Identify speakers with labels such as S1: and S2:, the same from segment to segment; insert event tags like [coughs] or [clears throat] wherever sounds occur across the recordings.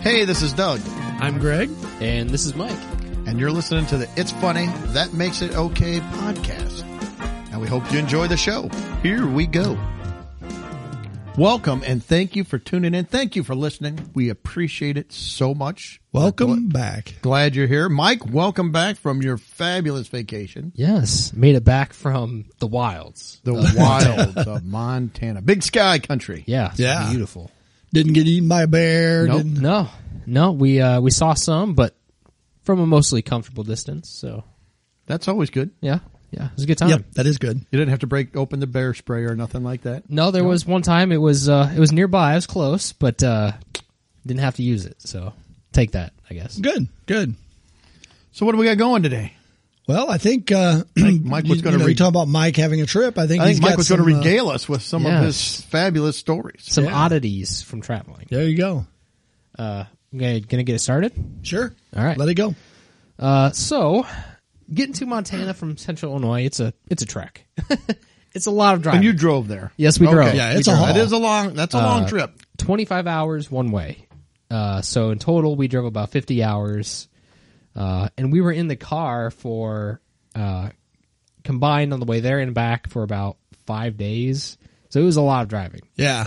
S1: Hey, this is Doug,
S2: I'm Greg.
S3: And this is Mike.
S1: and you're listening to the It's Funny, That Makes It Okay podcast. And we hope you enjoy the show. Here we go. Welcome and thank you for tuning in. Thank you for listening. We appreciate it so much.
S2: Welcome back.
S1: Glad you're here. Mike, welcome back from your fabulous vacation.
S3: Yes, made it back from the wilds.
S2: [laughs]
S1: The wilds of Montana. Big sky country.
S3: Yeah, it's
S2: Yeah.
S3: beautiful.
S2: Didn't get eaten by a bear.
S1: Nope.
S2: didn't-
S3: No, no, we uh, we saw some, but from a mostly comfortable distance. So
S1: That's always good.
S3: yeah, yeah, it was a good time.
S2: Yep, that is good.
S1: You didn't have to break open the bear spray or nothing like that.
S3: No, there was one time it was uh, it was nearby. I was close, but uh, didn't have to use it. So take that, I guess.
S2: Good, good.
S1: So what do we got going today?
S2: Well, I think uh,
S1: Mike
S2: [clears throat] you-
S1: was gonna
S2: You know,
S1: re-
S2: you talk about Mike having a trip. I think
S1: I think
S2: he's
S1: Mike
S2: got
S1: was
S2: some,
S1: going to
S2: uh,
S1: regale us with some of
S3: Yes.
S1: his fabulous stories.
S3: Some
S2: Yeah.
S3: oddities from traveling.
S2: there you go.
S3: Uh, okay, gonna get it started.
S2: Sure.
S3: All right.
S2: Let it go.
S3: Uh, so getting to Montana from Central Illinois, it's a it's a trek. [laughs] it's a lot of driving.
S1: And you drove there.
S3: Yes, we drove. Uh,
S2: Yeah,
S1: We
S2: it's a
S1: drove.
S2: haul.
S1: It is a long. That's a long trip.
S3: 25 hours one way. Uh, so in total, we drove about 50 hours. Uh, and we were in the car for uh, combined on the way there and back for about five days. So it was a lot of driving.
S2: Yeah.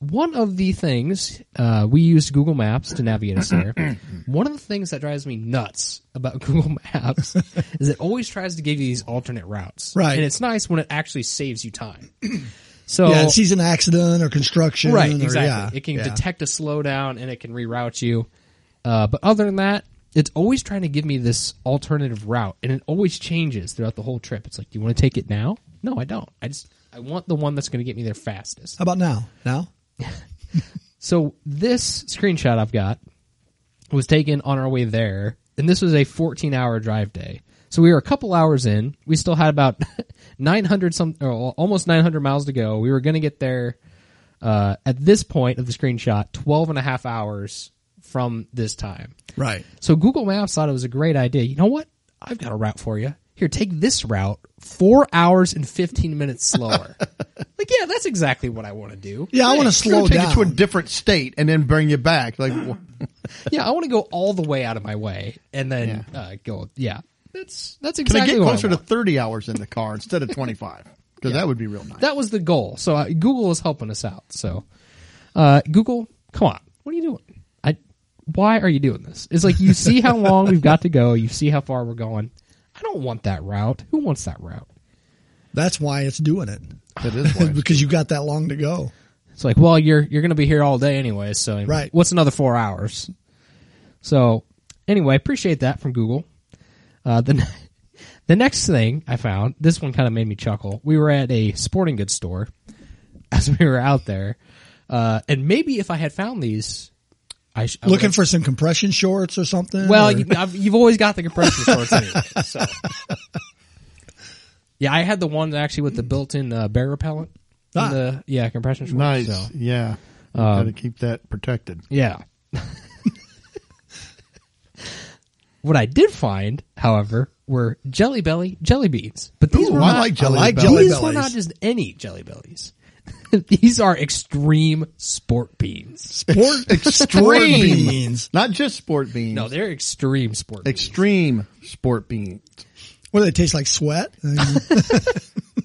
S3: One of the things uh, we used Google Maps to navigate us there.
S2: [clears throat]
S3: One of the things that drives me nuts about [laughs] Google
S2: [laughs]
S3: Maps is it always tries to give you these alternate routes.
S2: Right.
S3: And it's nice when it actually saves you
S2: [clears throat]
S3: time. So
S2: yeah. It sees an accident or construction.
S3: right
S2: or-
S3: exactly
S2: yeah,
S3: it can
S2: yeah.
S3: detect a slowdown and it can reroute you uh, but other than that it's always trying to give me this alternative route and it always changes throughout the whole trip it's like do you want to take it now no i don't i just i want the one that's going to get me there fastest
S2: How about now? Now.
S3: so this screenshot i've got was taken on our way there and this was a 14 hour drive day so we were a couple hours in we still had about [laughs] 900 some or almost 900 miles to go we were going to get there uh, at this point of the screenshot 12 and a half hours from this time
S2: Right.
S3: so google maps thought it was a great idea you know what i've got a route for you here take this route four hours and 15 minutes slower like yeah that's exactly what i want to do
S2: Yeah. I want to
S1: It's gonna
S2: slow
S1: take
S2: down.
S1: you to a different state and then bring you back. Like wh-
S3: yeah, I want to go all the way out of my way and then uh, go. Yeah, that's that's
S1: can I
S3: exactly
S1: get
S3: what
S1: closer to
S3: want.
S1: thirty hours in the car instead of twenty five? Because that would be real nice.
S3: that was the goal. So uh, Google is helping us out. So uh, Google, come on, what are you doing? I why are you doing this? It's like you
S1: [laughs]
S3: see how long we've got to go. You see how far we're going. I don't want that route. Who wants that route?
S2: That's why it's doing it
S1: that is
S3: [laughs]
S2: [laughs]
S1: why.
S2: because you got that long to go.
S3: It's like, well, you're you're going to be here all day anyway, so
S2: Right.
S3: what's another four hours? So anyway, appreciate that from Google. Uh, the [laughs] ne- the next thing I found, this one kind of made me chuckle. We were at a sporting goods store [laughs] as we were out there, uh, and maybe if I had found these, I, sh- I
S2: Looking
S3: would've-
S2: for some compression shorts or something.
S3: well,
S2: or-
S3: you, I've, you've always got the
S2: [laughs]
S3: compression shorts anyway. So. Yeah, I had the one actually with the built-in uh, bear repellent. in
S2: Ah.
S3: the- yeah, compression shorts.
S1: nice.
S3: so. uh,
S1: Yeah. Got to keep that protected.
S3: Yeah. [laughs] what I did find, however, were Jelly Belly jelly beans. But these
S1: Ooh,
S3: were
S1: I
S3: not,
S1: like jelly
S2: I like
S1: belly.
S2: jelly
S3: these were
S2: bellies.
S3: not just any Jelly Bellies. [laughs] these are extreme sport beans.
S2: Sport [laughs]
S1: Extreme.
S2: beans.
S1: Not just sport beans.
S3: No, they're extreme sport beans.
S1: extreme sport beans.
S2: What do they taste like? Sweat.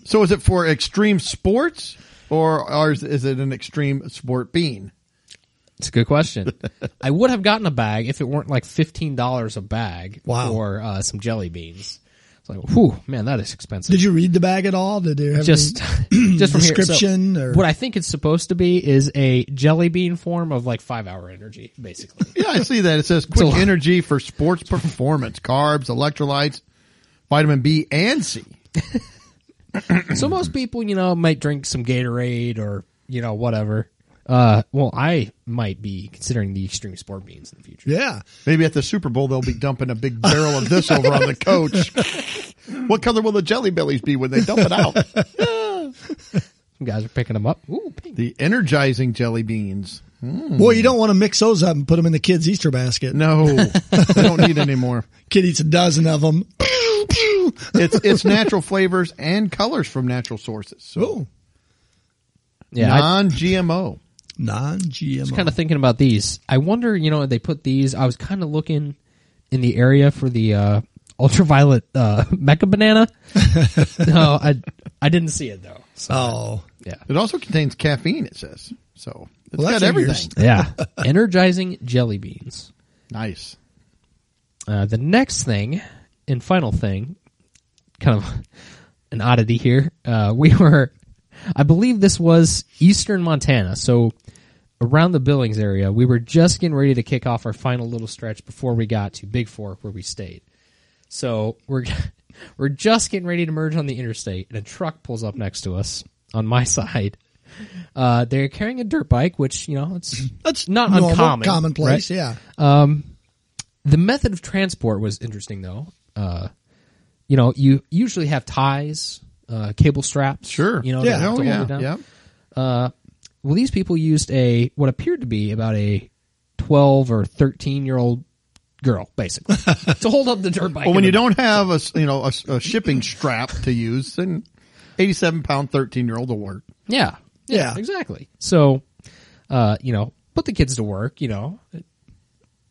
S1: So is it for extreme sports or, or is, is it an extreme sport bean?
S3: It's a good question. I would have gotten a bag if it weren't like fifteen dollars a bag
S2: Wow.
S3: for uh, some jelly beans. It's like, whew, man, that is expensive.
S2: Did you read the bag at all? Did they
S3: [clears throat]
S2: have
S3: just
S2: any-
S3: just from
S2: description
S3: here. So
S2: or-
S3: What I think it's supposed to be is a jelly bean form of like five hour energy, basically.
S1: Yeah, I see that. It says quick
S3: lot.
S1: energy for sports performance, carbs, electrolytes, vitamin B and C.
S3: [clears throat] so most people, you know, might drink some Gatorade or you know whatever. Uh, well, I might be considering the extreme sport beans in the future.
S2: yeah.
S1: Maybe at the Super Bowl they'll be dumping a big barrel of this over on the
S2: [laughs]
S1: coach. What color will the jelly bellies be when they dump it out?
S3: You guys are picking them up. Ooh, pink.
S1: The energizing jelly beans.
S2: Boy, you don't want to mix those up and put them in the kids' Easter basket.
S1: Hmm. No, they don't need any more.
S2: Kid eats a dozen of them.
S1: It's it's natural flavors and colors from natural sources. So
S2: Oh,
S3: Yeah, I,
S1: non GMO.
S2: non-GMO.
S3: was kind of thinking about these. I wonder, you know, they put these. I was kind of looking in the area for the uh, ultraviolet uh, [laughs] mecha banana. no, I I didn't see it though. So,
S2: oh,
S3: yeah,
S1: It also contains caffeine, it says. So it's
S2: Well, that's
S1: got
S2: in your
S1: everything.
S2: st-
S3: yeah. [laughs] Energizing jelly beans.
S1: Nice.
S3: Uh, the next thing and final thing, kind of [laughs] an oddity here. Uh, we were, I believe this was Eastern Montana, so around the Billings area. We were just getting ready to kick off our final little stretch before we got to Big Fork, where we stayed. So we're [laughs] we're just getting ready to merge on the interstate, and a truck pulls up next to us on my [laughs] side. Uh, they're carrying a dirt bike, which you know it's
S2: that's
S3: Not
S2: normal,
S3: uncommon,
S2: commonplace. Yeah,
S3: The method of transport was interesting, though. Uh, you know, you usually have ties, uh, cable straps.
S1: Sure.
S3: You know,
S2: Yeah.
S3: to
S2: Oh,
S3: hold
S1: yeah.
S3: it down.
S1: Yep.
S3: Well, these people used a what appeared to be about a twelve or thirteen year old girl, basically,
S1: [laughs]
S3: to hold up the dirt bike.
S1: Well, when you
S3: in the-
S1: don't have a s- you know a, s- a shipping strap to use, then eighty-seven pound thirteen year old will work.
S3: yeah,
S2: Yeah.
S3: exactly. So, uh, you know, put the kids to work. You know,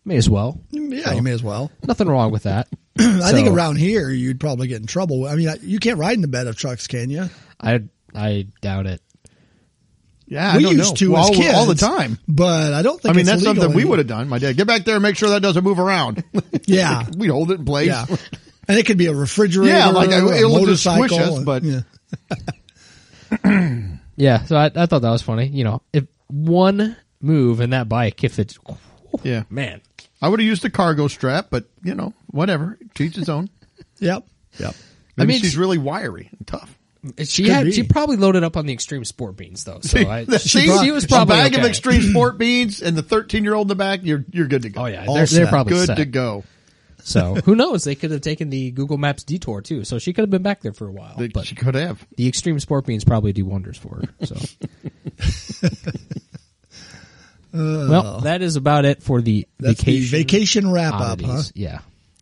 S3: may as well.
S2: yeah. You may as well.
S3: Nothing wrong
S1: [clears throat]
S3: with that.
S2: I think
S3: So-
S2: around here you'd probably get in trouble. I mean, I- you can't ride in the bed of trucks, can you?
S3: I I doubt it.
S1: Yeah, I
S2: we
S1: don't
S2: used
S1: know.
S2: to
S1: all,
S2: as kids
S1: all the time.
S2: but I don't
S1: I
S2: think.
S1: mean,
S2: it's
S1: that's
S2: illegal
S1: something we
S2: anymore.
S1: would have done. My dad, get back there and make sure that doesn't move around. [laughs]
S2: Yeah,
S1: We'd hold it in place.
S2: yeah, and it could be a refrigerator.
S1: Yeah, like, I-
S2: or a
S1: it'll just
S2: motorcycle.
S1: squish us, but-
S2: yeah.
S3: Yeah, so I, I thought that was funny. You know, if one move in that bike, if it's
S1: [laughs] Yeah.
S3: man,
S1: I would have used the cargo strap, but you know, whatever. To each his own.
S2: yep, yep.
S1: Maybe
S3: mean,
S1: she's
S3: she-
S1: really wiry and tough.
S3: she
S2: Could
S3: had
S2: be.
S3: she probably loaded up on the extreme sport beans though.
S2: [laughs]
S3: So I, she,
S1: See?
S3: she was probably
S1: a bag of
S3: okay. [clears throat]
S1: extreme sport beans and the thirteen year old in the back. You're you're good to go.
S3: Oh yeah,
S2: All
S3: they're, they're
S2: set.
S3: probably
S1: good
S3: set.
S1: to go.
S3: So
S2: [laughs]
S3: who knows? They could have taken the Google Maps detour too. So she could have been back there for a while.
S1: That
S3: but
S1: she could have.
S3: the extreme sport beans probably do wonders for her. So.
S2: [laughs]
S3: well, that is about it for the
S2: Oh. That's the
S3: vacation.
S2: vacation wrap
S3: oddities.
S2: up, huh?
S3: Yeah.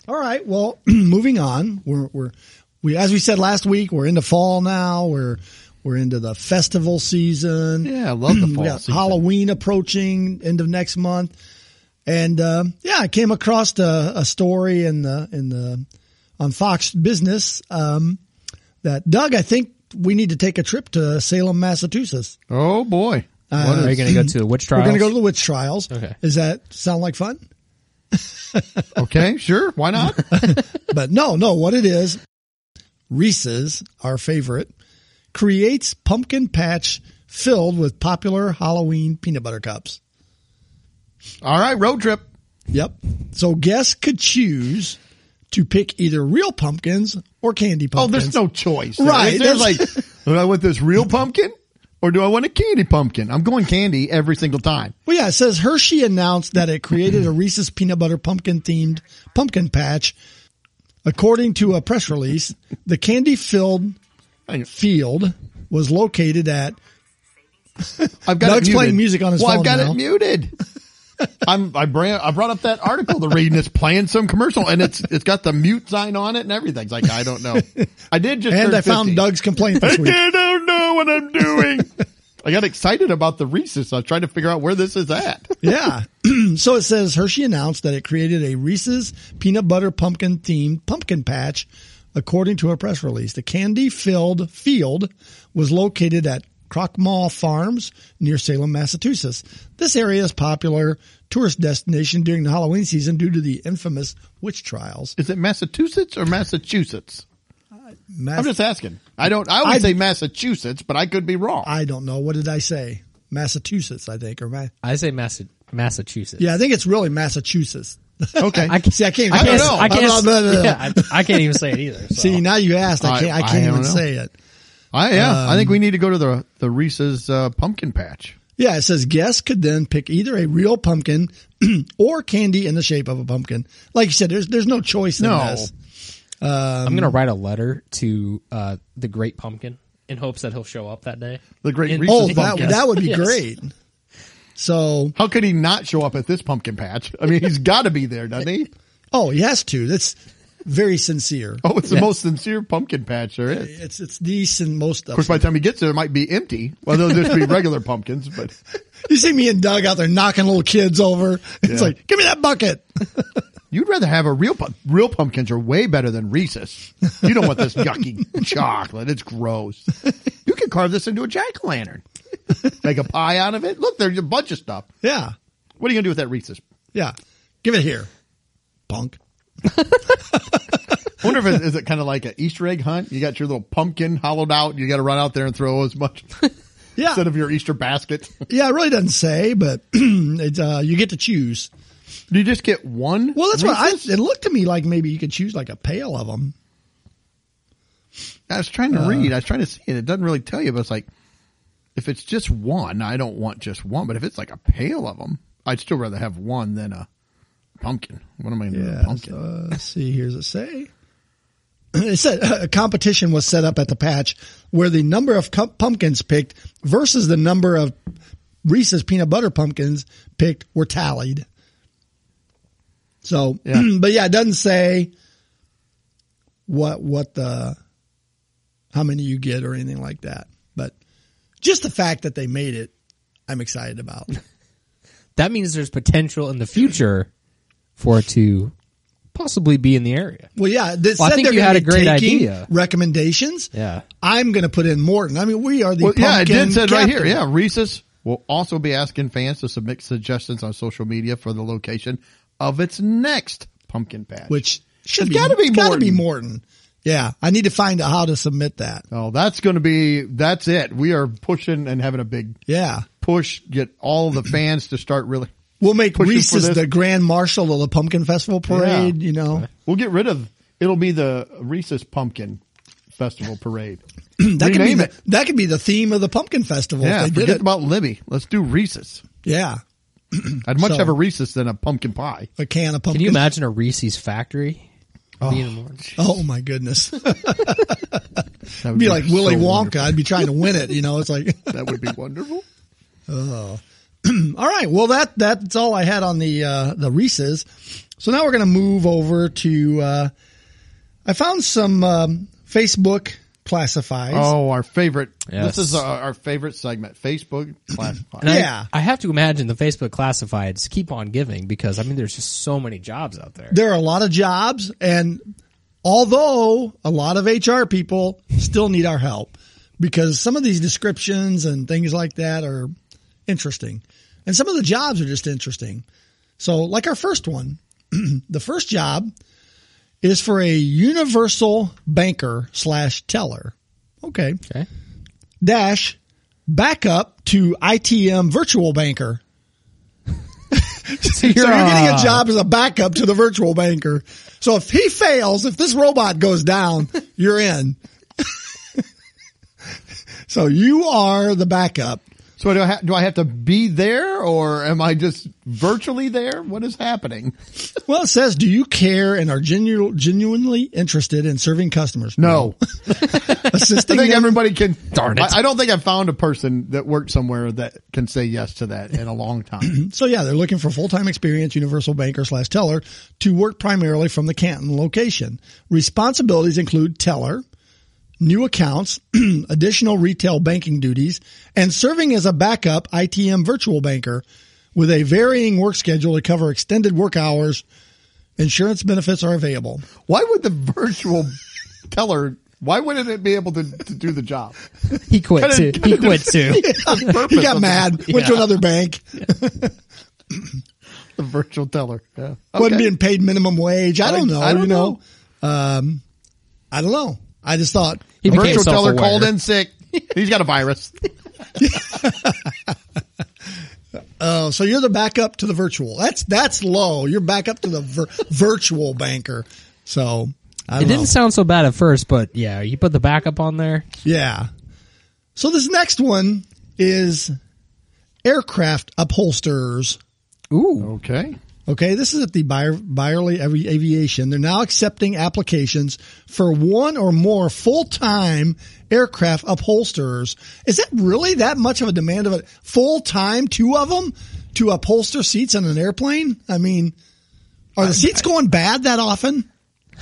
S2: All right. Well, [clears throat] moving on. We're we're we as we said last week, we're into fall now. We're we're into the festival season.
S1: Yeah, I love the fall
S2: [clears throat] we got
S1: season.
S2: Halloween approaching end of next month, and uh, yeah, I came across a, a story in the in the on Fox Business um, that Doug. I think we need to take a trip to Salem, Massachusetts.
S1: Oh boy.
S2: Uh,
S1: what
S3: Are you
S1: is,
S3: going to go to the witch
S2: We're
S3: trials?
S2: going to go to the witch trials.
S3: Okay.
S2: Does that sound like fun?
S1: okay, sure. Why
S2: [laughs]
S1: not?
S2: but no, no, what it is, Reese's, our favorite, creates pumpkin patch filled with popular Halloween peanut butter cups.
S1: All right, road trip.
S2: Yep. So guests could choose to pick either real pumpkins or candy
S1: Oh,
S2: pumpkins.
S1: there's no choice.
S2: Right.
S1: There's like, [laughs] do I want this real pumpkin or do I want a candy pumpkin? I'm going candy every single time.
S2: Well, yeah, it says Hershey announced that it created a Reese's peanut butter pumpkin themed pumpkin patch. According to a press release, the candy filled
S1: Hang on.
S2: field was located at
S1: I've got
S2: Doug's
S1: it muted.
S2: playing music on his
S1: well, I've
S2: phone
S1: got
S2: now.
S1: it
S2: [laughs]
S1: muted. I'm I bring I brought up that article to read and it's playing some commercial and it's it's got the mute sign on it and everything. It's like I don't know. I did just
S2: and
S1: turn
S2: I found
S1: 50. [laughs]
S2: Doug's complaint this week.
S1: I don't know what I'm doing. I got excited about the Reese's. I was trying to figure out where this is at.
S2: yeah. [clears throat] so it says Hershey announced that it created a Reese's peanut butter pumpkin themed pumpkin patch, according to a press release. The candy filled field was located at Crockmall Farms near Salem, Massachusetts. This area is popular tourist destination during the Halloween season due to the infamous witch trials.
S1: Is it Massachusetts or Massachusetts?
S2: Mass-
S1: I'm just asking. I don't. I would
S2: I-
S1: say Massachusetts, but I could be wrong.
S2: I don't know. What did I say? Massachusetts, I think, or Ma-
S3: I say Massa- Massachusetts.
S2: yeah, I think it's really Massachusetts. [laughs]
S1: okay.
S3: I can't,
S2: See, I can't.
S1: I don't
S3: can't-
S1: know.
S3: I can't,
S2: Blah, blah, blah, blah.
S3: yeah, I, I can't even say it
S2: [laughs]
S3: either. So.
S2: See, um, now you asked, I
S1: Oh. I-
S2: can't. I,
S1: I
S2: can't even
S1: don't know.
S2: say it.
S1: I yeah. I think we need to go to the the Reese's uh, pumpkin patch.
S2: Yeah, it says guests could then pick either a real pumpkin [clears throat] or candy in the shape of a pumpkin. Like you said, there's there's no choice in
S1: No.
S2: this.
S3: I'm gonna write a letter to uh, the Great Pumpkin in hopes that he'll show up that day.
S1: The Great
S3: In-
S1: Reese's
S2: Oh,
S1: Pumpkin.
S2: that that would be
S3: Yes.
S2: great. So,
S1: How could he not show up at this pumpkin patch? I mean, he's got to be there, doesn't he?
S2: oh, he has to. That's very sincere.
S1: Oh, it's the most sincere pumpkin patch there is. Of
S2: It's it's the sin- most. Of
S1: course, by the time he gets there, it might be empty. Well, they'll just be regular pumpkins, but
S2: you see me and Doug out there knocking little kids over. [laughs] It's
S1: Yeah.
S2: like, give me that bucket. [laughs]
S1: you'd rather have a real pu- real pumpkins are way better than Reese's. You don't want this yucky chocolate. It's gross. You can carve this into a jack o' lantern, make a pie out of it. Look, there's a bunch of stuff.
S2: Yeah,
S1: What are you gonna do with that Reese's?
S2: yeah. Give it here, punk.
S1: I wonder if it is it kind of like an Easter egg hunt. You got your little pumpkin hollowed out. and You got to run out there and throw as much
S2: [laughs] Yeah,
S1: instead of your Easter basket.
S2: yeah. It really doesn't say, but [clears throat] it's uh, you get to choose.
S1: Do you just get one?
S2: Well, that's what I. It looked to me like maybe you could choose like a pail of them.
S1: I was trying to read.
S2: Uh.
S1: I was trying to see it. It doesn't really tell you, but it's like if it's just one, I don't want just one. But if it's like a pail of them, I'd still rather have one than a pumpkin. What am I going to do? with a
S2: Yeah.
S1: Pumpkin.
S2: Uh, let's see, here's it say. [clears throat] It said uh, a competition was set up at the patch where the number of cu- pumpkins picked versus the number of Reese's peanut butter pumpkins picked were tallied. So, [clears throat]
S1: Yeah.
S2: but yeah, it doesn't say what what the how many you get or anything like that. But just the fact that they made it, I'm
S3: [laughs]
S2: excited about.
S3: That means there's potential in the future for it to possibly be in the area.
S2: Well, yeah, they
S3: Well, I
S2: said
S3: think
S2: they're
S3: you
S2: gonna
S3: had a
S2: be
S3: great
S2: taking
S3: idea.
S2: Recommendations.
S3: Yeah.
S2: I'm going to put in Morton. I mean, we are the
S1: Well, yeah, it
S2: pumpkin
S1: did said right here.
S2: capital.
S1: Yeah, Reese's will also be asking fans to submit suggestions on social media for the location of its next pumpkin patch.
S2: which should
S1: It's
S2: be
S1: gotta be
S2: it's gotta be
S1: Morton.
S2: Morton. Yeah, I need to find out how to submit that.
S1: Oh, that's going to be, that's it. We are pushing and having a big
S2: Yeah,
S1: push, get all
S2: [clears throat]
S1: the fans to start really.
S2: we'll make
S1: Pushing for
S2: Reese's
S1: this.
S2: the grand marshal of the Pumpkin Festival parade.
S1: Yeah.
S2: You know,
S1: We'll get rid of, it'll be the Reese's Pumpkin Festival Parade.
S2: [clears throat] that could be
S1: Rename
S2: the,
S1: it.
S2: that could be the theme of the Pumpkin Festival.
S1: Yeah,
S2: if they
S1: forget
S2: did it.
S1: about Libby. Let's do Reese's.
S2: yeah,
S1: I'd much
S2: So-
S1: have a Reese's than a pumpkin pie.
S2: a can of
S3: Can
S2: pumpkin.
S3: you imagine a Reese's factory? being in Lawrence?
S2: Oh my goodness! [laughs] It'd
S1: That would
S2: be like Willy
S1: so
S2: Wonka.
S1: wonderful.
S2: I'd be trying to win it. You know, it's like
S1: That would be wonderful.
S2: [clears throat] All right. Well, that that's all I had on the uh, the Reese's. So now we're going to move over to. Uh, I found some um, Facebook classifieds.
S1: Oh, our favorite.
S3: Yes.
S1: This is our, our favorite segment, Facebook
S3: [clears throat]
S1: classified.
S3: And I-
S2: Yeah.
S3: I, have to imagine the Facebook classifieds keep on giving because I mean, there's just so many jobs out there.
S2: There are a lot of jobs, and although a lot of HR people still need our help because some of these descriptions and things like that are interesting, and some of the jobs are just interesting. So, like our first one, [clears throat] the first job is for a universal banker slash teller. Okay.
S3: Okay.
S2: dash backup to ITM virtual banker.
S3: So you're,
S2: So you're getting
S3: uh,
S2: a job as a backup to the virtual banker. So if he fails, if this robot goes down, you're in. [laughs] so you are the backup.
S1: So do I, ha- do I have to be there or am I just virtually there? What is happening?
S2: Well, it says, do you care and are genu- genuinely interested in serving customers?
S1: No. I [laughs]
S3: [laughs]
S2: Assisting
S1: think
S2: them-
S1: everybody can.
S3: Darn it.
S1: I, I don't think I've found a person that worked somewhere that can say yes to that in a long
S3: [clears throat]
S1: time.
S2: So yeah, they're looking for full-time experience, universal banker slash teller to work primarily from the Canton location. Responsibilities include teller, new accounts, [clears throat] additional retail banking duties, and serving as a backup ITM virtual banker with a varying work schedule to cover extended work hours. Insurance benefits are available.
S1: why would the virtual teller? Why wouldn't it be able to, to do the
S3: [laughs]
S1: job?
S3: He quit
S1: Kinda-
S3: too. He
S1: kinda
S3: quit
S2: [laughs]
S3: too.
S2: he
S1: [laughs]
S2: got mad, went to
S1: Yeah.
S2: another bank,
S1: The virtual teller. Yeah.
S2: wasn't
S1: Okay.
S2: being paid minimum wage. I don't know.
S1: I don't
S2: you
S1: know.
S2: know. Um, I don't know. I just thought
S3: He
S1: The
S3: became
S1: virtual teller
S3: self-aware.
S1: called in
S3: [laughs]
S1: sick. He's got a virus.
S2: Oh, so you're the backup to the virtual. That's that's low. You're backup to the vir- virtual banker. So I
S3: It
S2: don't know.
S3: didn't sound so bad at first, but yeah, you put the backup on there.
S2: Yeah. So this next one is aircraft upholsterers.
S3: Ooh.
S1: Okay.
S2: Okay, this is at the Buyer, Byerly Avi- Aviation. They're now accepting applications for one or more full-time aircraft upholsterers. Is that really that much of a demand of a full-time, two of them, to upholster seats on an airplane? I mean, are the seats going bad that often?
S3: [laughs]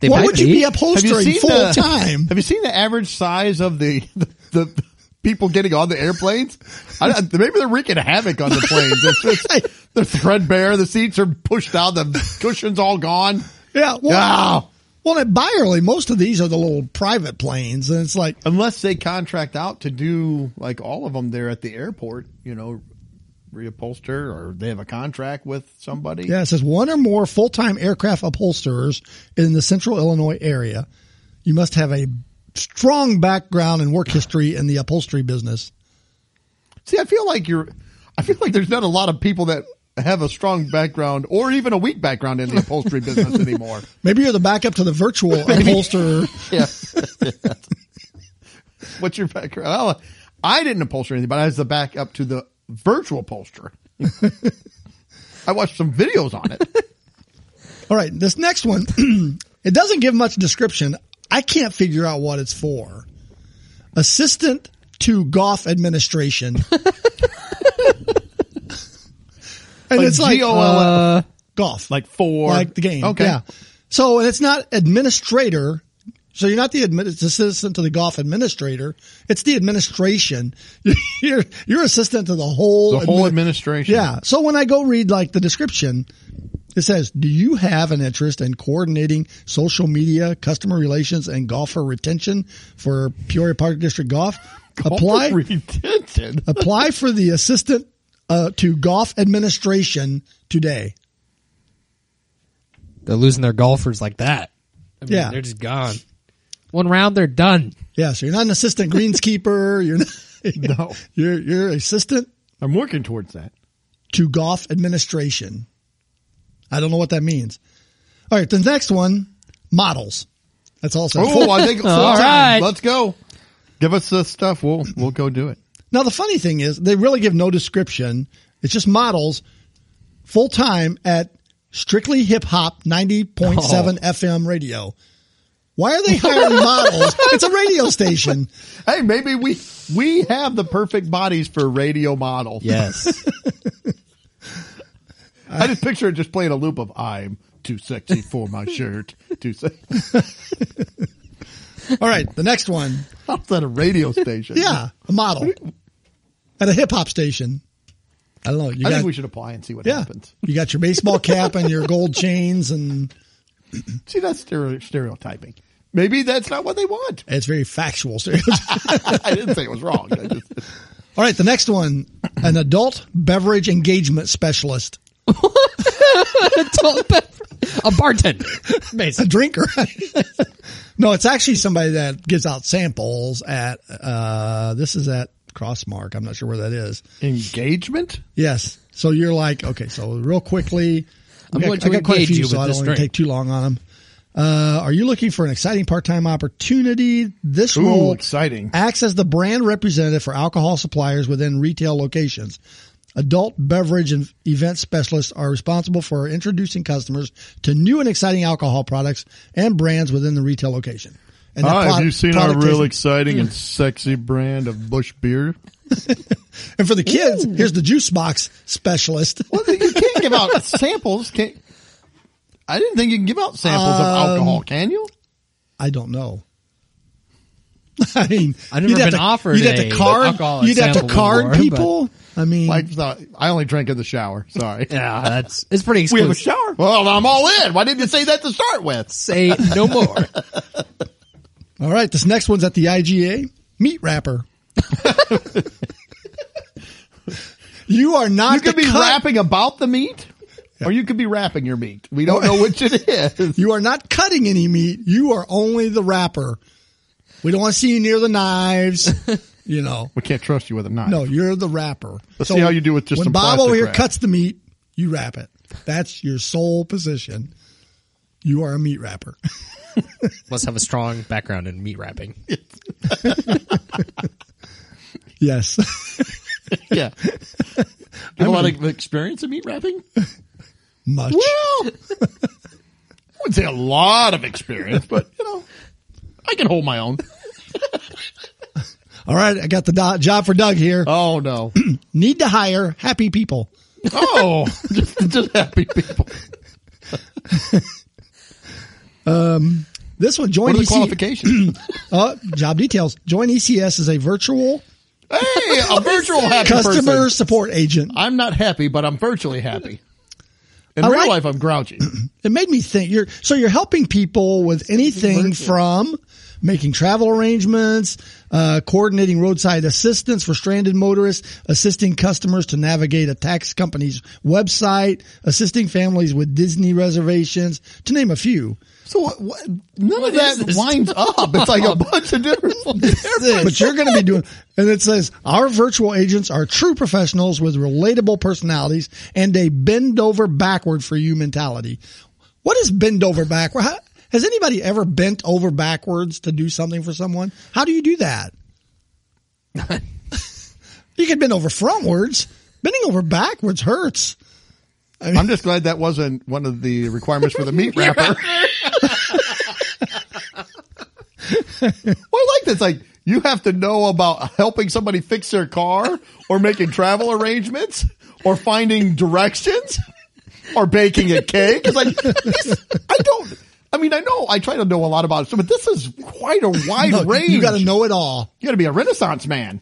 S3: They
S2: Why
S3: might
S2: would you
S3: be.
S2: be upholstering full
S1: the,
S2: time?
S3: [laughs]
S1: Have you seen the average size of the the, the people getting on the airplanes? I, don't- maybe they're wreaking havoc on the planes. It's
S2: [laughs]
S1: just they're threadbare. The seats are pushed out. The cushions all gone.
S2: Yeah. Well,
S3: Ah.
S1: Wow.
S2: well, at Byerly, most of these are the little private planes, and it's like,
S1: Unless they contract out to do like all of them there at the airport, you know, reupholster or they have a contract with somebody.
S2: yeah, it says one or more full time aircraft upholsterers in the central Illinois area. You must have a strong background and work history in the upholstery business.
S1: See, I feel like you're. I feel like there's not a lot of people that have a strong background or even a weak background in the upholstery
S2: [laughs]
S1: business anymore.
S2: Maybe you're the backup to the virtual upholsterer.
S1: Yeah. [laughs] What's your background? Well, I didn't upholster anything, but I was the backup to the virtual upholster. [laughs] I watched some videos on it.
S2: All right, this next one, [clears throat] it doesn't give much description. I can't figure out what it's for. Assistant to golf administration. [laughs] and it's like
S1: G-O-L-F.
S3: Uh,
S1: [laughs]
S2: golf,
S1: like four,
S2: like the game.
S1: Okay,
S2: Yeah. So, and it's not administrator. So you're not the admin, it's assistant to the golf administrator. It's the administration. [laughs] You're, you're assistant to the whole,
S1: the whole
S2: admini-
S1: administration.
S2: yeah. So when I go read like the description, it says, do you have an interest in coordinating social media, customer relations and golfer retention for Peoria Park District Golf?
S1: [laughs]
S2: Apply,
S1: retention.
S2: apply for the assistant uh, to golf administration today.
S3: they're losing their golfers like that. I mean,
S2: Yeah.
S3: they're just gone. One round, they're done.
S2: Yeah. So you're not an assistant greenskeeper. [laughs] You're not,
S1: No,
S2: you're, you're assistant
S1: I'm working towards that.
S2: to golf administration. I don't know what that means. All right. The next one, models. That's also
S1: Oh, I think
S3: All
S1: all
S3: right.
S1: right. Let's go. Give us the stuff. We'll we'll go do it.
S2: [laughs] Now the funny thing is they really give no description. It's just models full time at strictly hip hop 90.7
S1: Oh.
S2: FM radio. Why are they
S1: [laughs]
S2: hiring models? It's a radio station.
S1: Hey, maybe we we have the perfect bodies for a radio model.
S3: [laughs] Yes.
S1: I just picture it just playing a loop of "I'm too sexy for my shirt." Too [laughs] sexy.
S2: All right, the next one.
S1: How's at a radio station?
S2: Yeah, a model at a hip hop station. I don't know. You
S1: I
S2: got,
S1: think we should apply and see what
S2: yeah,
S1: happens.
S2: you got your baseball cap and your gold chains, and
S1: See, that's stereo- stereotyping. Maybe that's not what they want. [laughs]
S2: it's very factual. [laughs]
S1: I didn't say it was wrong. I just-
S2: All right, the next one, an adult beverage engagement specialist.
S3: Adult beverage- a bartender.
S2: a
S3: Amazing.
S2: drinker. [laughs] no, it's actually somebody that gives out samples at, uh, this is at Crossmark. I'm not sure where that is.
S1: engagement?
S2: Yes. So you're like, okay, so real quickly,
S3: I'm
S2: I got-
S3: going to
S2: I got quite a
S3: engage
S2: few,
S3: you with
S2: so I
S3: this
S2: don't want to
S3: drink.
S2: take too long on them. Uh, are you looking for an exciting part-time opportunity? This
S1: Ooh,
S2: role
S1: exciting.
S2: acts as the brand representative for alcohol suppliers within retail locations. Adult beverage and event specialists are responsible for introducing customers to new and exciting alcohol products and brands within the retail location. And that
S1: Hi, Ah, have
S2: product-
S1: you seen our
S2: product
S1: real
S2: is-
S1: exciting [laughs] and sexy brand of Bush beer?
S2: and for the kids, here's the juice box specialist. [laughs]
S1: Well, you [laughs] can't give out samples. Can't, I didn't think you can give out samples of alcohol. Can you?
S2: I don't know. [laughs] I mean,
S3: I've never
S2: you'd have
S3: been
S2: to-
S3: offered
S2: You'd have
S3: a
S2: to card.
S3: alcoholic
S2: You'd have to
S3: sample
S2: card
S3: before, but-
S2: people. I mean,
S1: Like, sorry, I only drank in the shower. Sorry.
S3: [laughs]
S1: [laughs]
S3: Yeah, that's it's pretty exclusive.
S1: shower. Well, I'm all in. Why didn't you say that to start with?
S3: Say [laughs] no more.
S2: all right, this next one's at the IGA meat wrapper. [laughs] you are not.
S1: You could
S2: the
S1: be
S2: cut-
S1: rapping about the meat, or you could be wrapping your meat. We don't know which it is.
S2: You are not cutting any meat. You are only the wrapper. We don't want to see you near
S3: [laughs]
S2: the knives. you know,
S1: We can't trust you with a knife.
S2: no, you're the wrapper.
S1: Let's see how you do with just
S2: when
S1: some
S2: Bob
S1: plastic
S2: over here
S1: wrap.
S2: cuts the meat, you wrap it. That's your sole position. You are a meat wrapper.
S3: Must have a strong background in meat wrapping.
S2: [laughs] Yes.
S1: [laughs]
S2: [laughs]
S1: [laughs] Yeah. Do you have a lot of experience in meat [laughs] wrapping? Well,
S2: Much.
S1: I wouldn't say a lot of experience, but you know, I can hold my own.
S2: All right. I got the do- job for Doug here.
S1: Oh [clears throat] no.
S2: Need to hire happy people.
S1: Oh, [laughs] just, just happy people.
S2: This one,
S1: What
S2: join
S1: are the [clears throat]
S2: ECS.
S1: qualifications?
S2: Uh, job details. Join E ECS is a virtual
S1: hey, a virtual happy
S2: customer
S1: person.
S2: support agent.
S1: I'm not happy, but I'm virtually happy. In
S2: I
S1: real
S2: like-
S1: life, I'm grouchy.
S2: It made me think. You're so you're helping people with anything from making travel arrangements, uh, coordinating roadside assistance for stranded motorists, assisting customers to navigate a tax company's website, assisting families with Disney reservations, to name a few.
S1: [clears throat] So what, what, none
S3: What
S1: of
S3: is
S1: that
S3: this
S1: winds up. It's [laughs] like a bunch of different. [laughs]
S2: But you're going to be doing, and it says our virtual agents are true professionals with relatable personalities and a bend over backward for you mentality. What is bend over backward? How, has anybody ever bent over backwards to do something for someone? How do you
S1: [laughs]
S2: do that? you can bend over frontwards. Bending over backwards hurts.
S1: I'm just glad that wasn't one of the requirements for the [laughs] meat wrapper. well, I like this. Like you have to know about helping somebody fix their car, or making travel arrangements, or finding directions, or baking a cake. It's like this, I don't. I mean, I know I try to know a lot about it, but this is quite a wide
S2: Look,
S1: range.
S2: you got to know it all.
S1: You got to be a Renaissance man.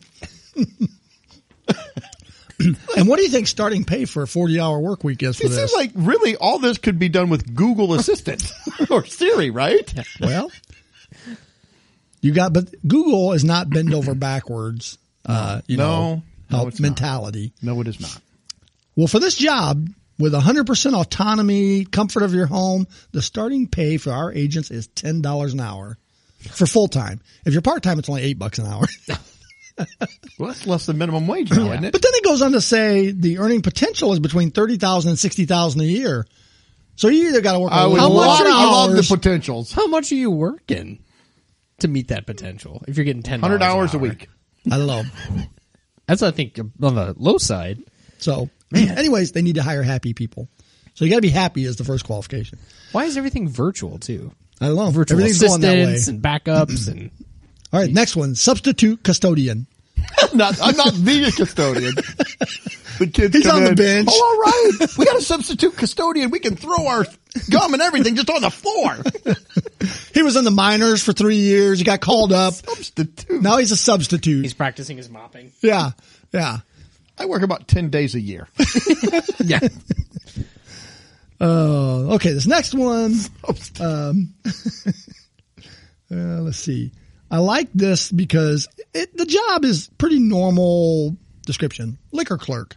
S2: And what do you think starting pay for a 40 hour work week is for
S1: It
S2: this?
S1: seems like really all this could be done with Google Assistant [laughs] or Siri, right?
S2: well, you got, but Google is not bend over backwards. Uh, you
S1: No.
S2: know,
S1: No,
S2: help
S1: it's not.
S2: mentality.
S1: No, it is not.
S2: Well, for this job with 100% autonomy, comfort of your home, the starting pay for our agents is $10 an hour for full time. If you're part time, it's only eight bucks
S1: [laughs]
S2: an hour.
S1: Well, that's less than minimum wage now, isn't it?
S2: But then it goes on to say the earning potential is between 30000 and 60000 a year. So you either got to work
S1: I
S2: a
S1: would
S3: How
S2: lot
S3: much
S1: love,
S2: of
S3: are
S1: I love the
S2: hours-
S1: potentials.
S3: How much are you working to meet that potential? If you're getting ten
S1: Hundred hours a
S3: an hour?
S1: week. [laughs]
S2: I don't know.
S3: that's I think on the low side.
S2: So, anyways, they need to hire happy people. So you got to be happy is the first qualification.
S3: Why is everything virtual too?
S2: I don't know.
S3: Virtual
S2: Everything's going that way.
S3: assistants and backups and
S2: All right, next one. Substitute custodian.
S1: Not, I'm not the custodian. The kids
S2: He's
S1: come
S2: on the
S1: in,
S2: bench.
S1: Oh, all right. We got a substitute custodian. We can throw our gum and everything just on the floor.
S2: He was in the minors for three years. He got called up.
S1: Substitute.
S2: Now he's a substitute.
S3: he's practicing his mopping.
S2: yeah, yeah.
S1: I work about ten days a year.
S3: [laughs]
S1: [laughs]
S3: Yeah.
S2: Uh, okay, this next one. um, [laughs] Uh, let's see. I like this because it, the job is pretty normal description. Liquor clerk.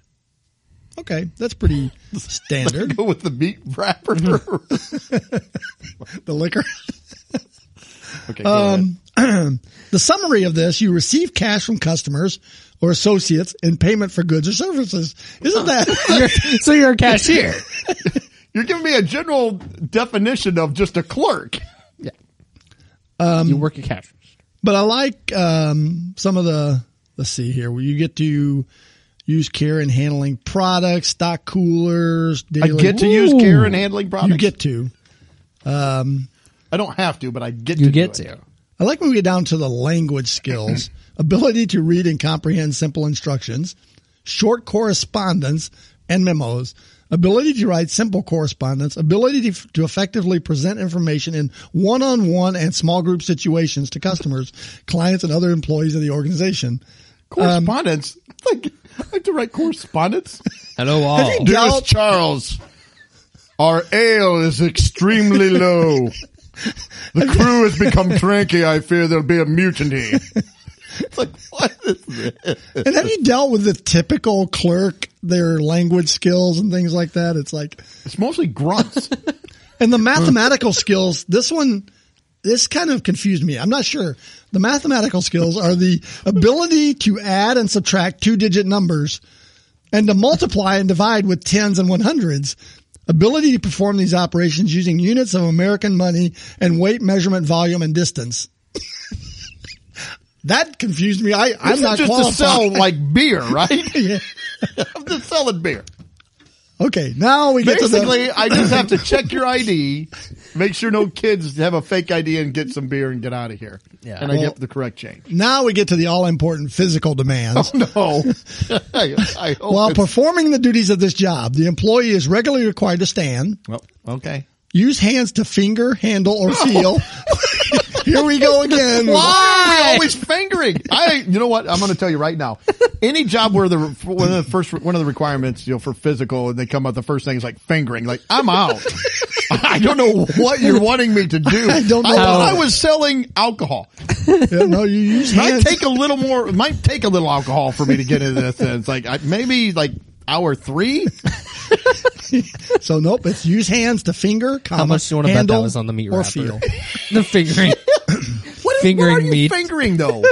S2: Okay,
S3: [laughs]
S2: that's pretty standard.
S1: Go with the meat wrapper.
S2: the liquor.
S1: [laughs] okay. Go ahead.
S2: The summary of this, you receive cash from customers or associates in payment for goods or services. Isn't that?
S3: [laughs]
S2: [laughs]
S3: so you're a cashier.
S1: You're giving me a general definition of just a clerk.
S3: Yeah. you work a cashier.
S2: but I like um, some of the, let's see here, where you get to use care in handling products, stock coolers.
S1: I
S2: Daily,
S1: get to use
S3: Ooh.
S1: care and handling products.
S2: You get to.
S1: I don't have to, but I get
S3: You
S1: to.
S3: get
S1: do it.
S3: to.
S2: I like when we get down to the language skills, ability to read and comprehend simple instructions, short correspondence and memos, ability to write simple correspondence, ability to, to effectively present information in one-on-one and small group situations to customers, clients, and other employees of the organization.
S1: Correspondence. like I have to write correspondence.
S3: Hello all.
S2: you
S1: [laughs] Dearest
S2: Yelp.
S1: Charles, our ale is extremely low.
S2: [laughs]
S1: The crew has become cranky. I fear there'll be a mutiny. It's like what is this?
S2: And have you dealt with the typical clerk, their language skills and things like that? It's like,
S1: It's mostly grunts.
S2: And the mathematical skills, this one, this kind of confused me. I'm not sure. The mathematical skills are the ability to add and subtract two digit numbers and to multiply and divide with tens and one hundreds. Ability to perform these operations using units of American money and weight measurement, volume, and distance. [laughs] that confused me. I, [laughs] I'm
S1: This is
S2: not
S1: just
S2: qualified.
S1: to sell like beer,
S2: [laughs]
S1: right? [laughs] I'm just selling beer.
S2: okay, now we get to
S1: Basically, I just have to check your ID, make sure no kids have a fake ID, and get some beer and get out of here.
S3: Yeah.
S1: and I
S2: Well-
S1: get the correct change.
S2: the now we get to the all important physical demands.
S1: [laughs] No, [laughs] I, I hope
S2: While
S1: it's-
S2: performing the duties of this job, the employee is regularly required to stand,
S1: well, okay.
S2: Use hands to finger, handle, or feel.
S1: [laughs]
S2: Here we go again.
S1: Why are we always fingering? I, you know what? I'm going to tell you right now. Any job where the one of the first one of the requirements, you know, for physical, and they come up the first thing is like fingering. Like I'm out. I don't know what you're wanting me to do.
S2: I don't know.
S1: I thought I was selling alcohol.
S2: Yeah, no, you use
S1: Might
S2: hands.
S1: take a little more. It might take a little alcohol for me to get into this. And it's like I, maybe like hour three.
S2: so nope, it's use hands to finger, comma,
S3: How much do you want to bet
S2: handle,
S3: that was on the meat
S2: or
S3: wrapper?
S2: feel. [laughs]
S3: the fingering.
S1: What, is,
S3: Fingering
S1: what are you
S3: meat.
S1: fingering though?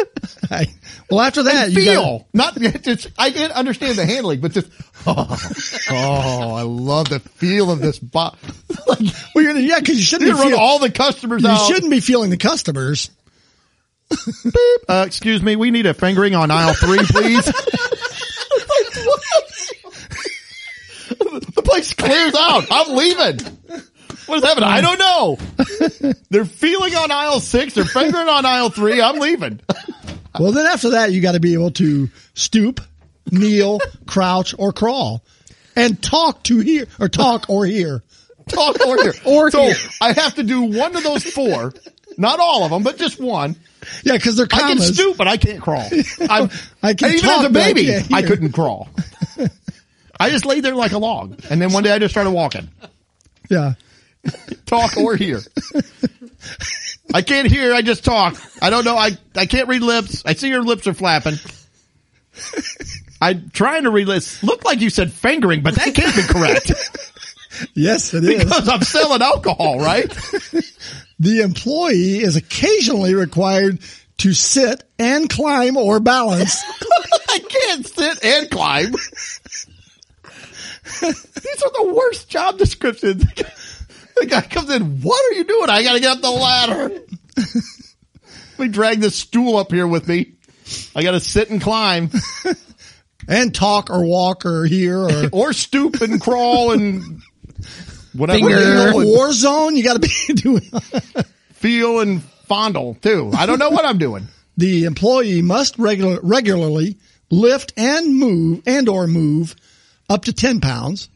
S2: I- well, after that, you gotta-
S1: feel not just. I didn't understand the handling, but just [laughs] oh, oh I love the feel of this box. Like,
S2: well, you're gonna, yeah, because you shouldn't
S1: you
S2: be
S1: run
S2: feel-
S1: all the customers
S2: you
S1: out.
S2: shouldn't be feeling the customers.
S1: Uh, excuse me, we need a fingering on aisle three, please. [laughs] the place clears out. I'm leaving. What's happening? I don't know. They're feeling on aisle six. They're fingering on aisle three. I'm leaving.
S2: Well, then after that, you got to be able to stoop, kneel, crouch, or crawl, and talk to hear or talk or hear.
S1: Talk or here.
S3: Or
S1: so
S3: here.
S1: I have to do one of those four. Not all of them, but just one.
S2: Yeah, because they're
S1: I can
S2: commas.
S1: stoop, but I can't crawl.
S2: [laughs]
S1: I'm,
S2: I can
S1: and even
S2: talk,
S1: as a
S2: but I
S1: baby,
S2: can't
S1: I
S2: hear.
S1: couldn't crawl. I just laid there like a log, and then one day I just started walking.
S2: Yeah,
S1: talk or hear. I can't hear. I just talk. I don't know. I, I can't read lips. I see your lips are flapping. I'm trying to read lips. Looked like you said fingering, but that can't be correct
S2: yes, it is.
S1: because I'm selling alcohol, right?
S2: the employee is occasionally required to sit and climb or balance.
S1: I can't sit and climb. These are the worst job descriptions. The guy comes in. What are you doing? I got to get up the ladder. Let me drag this stool up here with me. I got to sit and climb.
S2: and talk or walk or hear or
S1: or stoop and crawl and whatever
S3: Finger.
S1: feel
S2: Or
S1: and,
S2: war zone. You got to be [laughs] doing.
S1: feel and fondle too. I don't know what I'm doing.
S2: The employee must regular, regularly lift and move and or move up to 10 pounds.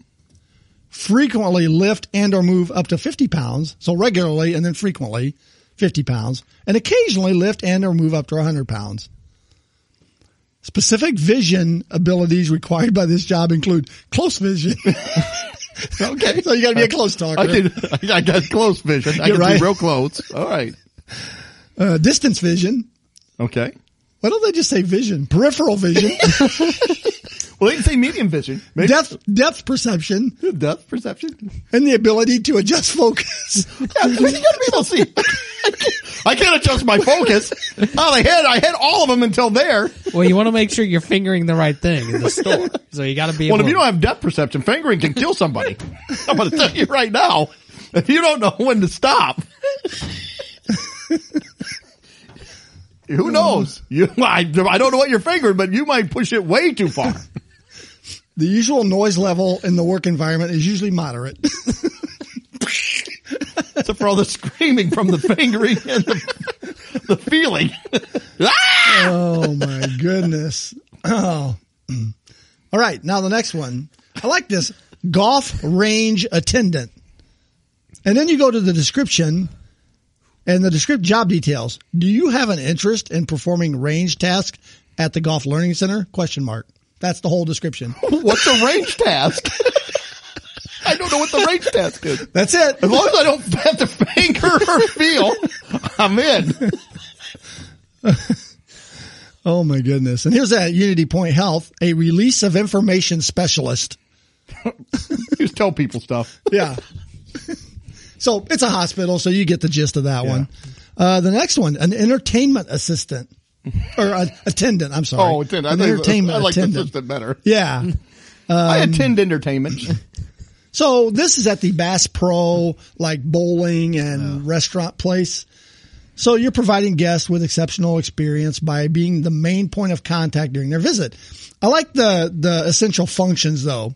S2: Frequently lift and or move up to 50 pounds. So regularly and then frequently 50 pounds and occasionally lift and or move up to 100 pounds. Specific vision abilities required by this job include close vision. [laughs] okay. So you got to be a close talker.
S1: I can, I got close vision. I
S2: You're
S1: can
S2: right.
S1: see real close. All right.
S2: Uh, distance vision.
S1: Okay.
S2: Why don't they just say vision? Peripheral vision.
S1: Well, they can say medium vision. Maybe
S2: depth depth perception
S1: depth perception.
S2: and the ability to adjust focus. [laughs]
S1: Yeah, you gotta be able to see. [laughs] I can't adjust my focus. Oh, they hit. I hit all of them until there.
S3: well, you want to make sure you're fingering the right thing in the store. So you got to be
S1: Well,
S3: able
S1: if you
S3: to-
S1: don't have depth perception, fingering can kill somebody. I'm going to tell you right now. If you don't know when to stop, who knows? You, I, I don't know what you're fingering, but you might push it way too far.
S2: The usual noise level in the work environment is usually moderate. [laughs]
S1: Except for all the screaming from the fingering and the, the feeling. Ah!
S2: oh my [clears throat] goodness. Oh. All right, now the next one. I like this golf range attendant. And then you go to the description and the descript job details. Do you have an interest in performing range tasks at the golf learning center? Question mark. That's the whole description.
S1: What's a range task? I don't know what the range task is.
S2: That's it.
S1: As long as I don't have to finger or feel, I'm in.
S2: Oh my goodness. And here's that Unity Point Health, a release of information specialist.
S1: Just tell people stuff.
S2: Yeah. so it's a hospital, so you get the gist of that one. Uh, the next one, an entertainment assistant or an attendant. I'm sorry.
S1: Oh, attend. I
S2: An
S1: think-
S2: entertainment
S1: I like the
S2: attendant. Um,
S1: assistant better.
S2: Yeah.
S1: I attend entertainment.
S2: So this is at the Bass Pro, like bowling and restaurant place. So you're providing guests with exceptional experience by being the main point of contact during their visit. I like the, the essential functions though.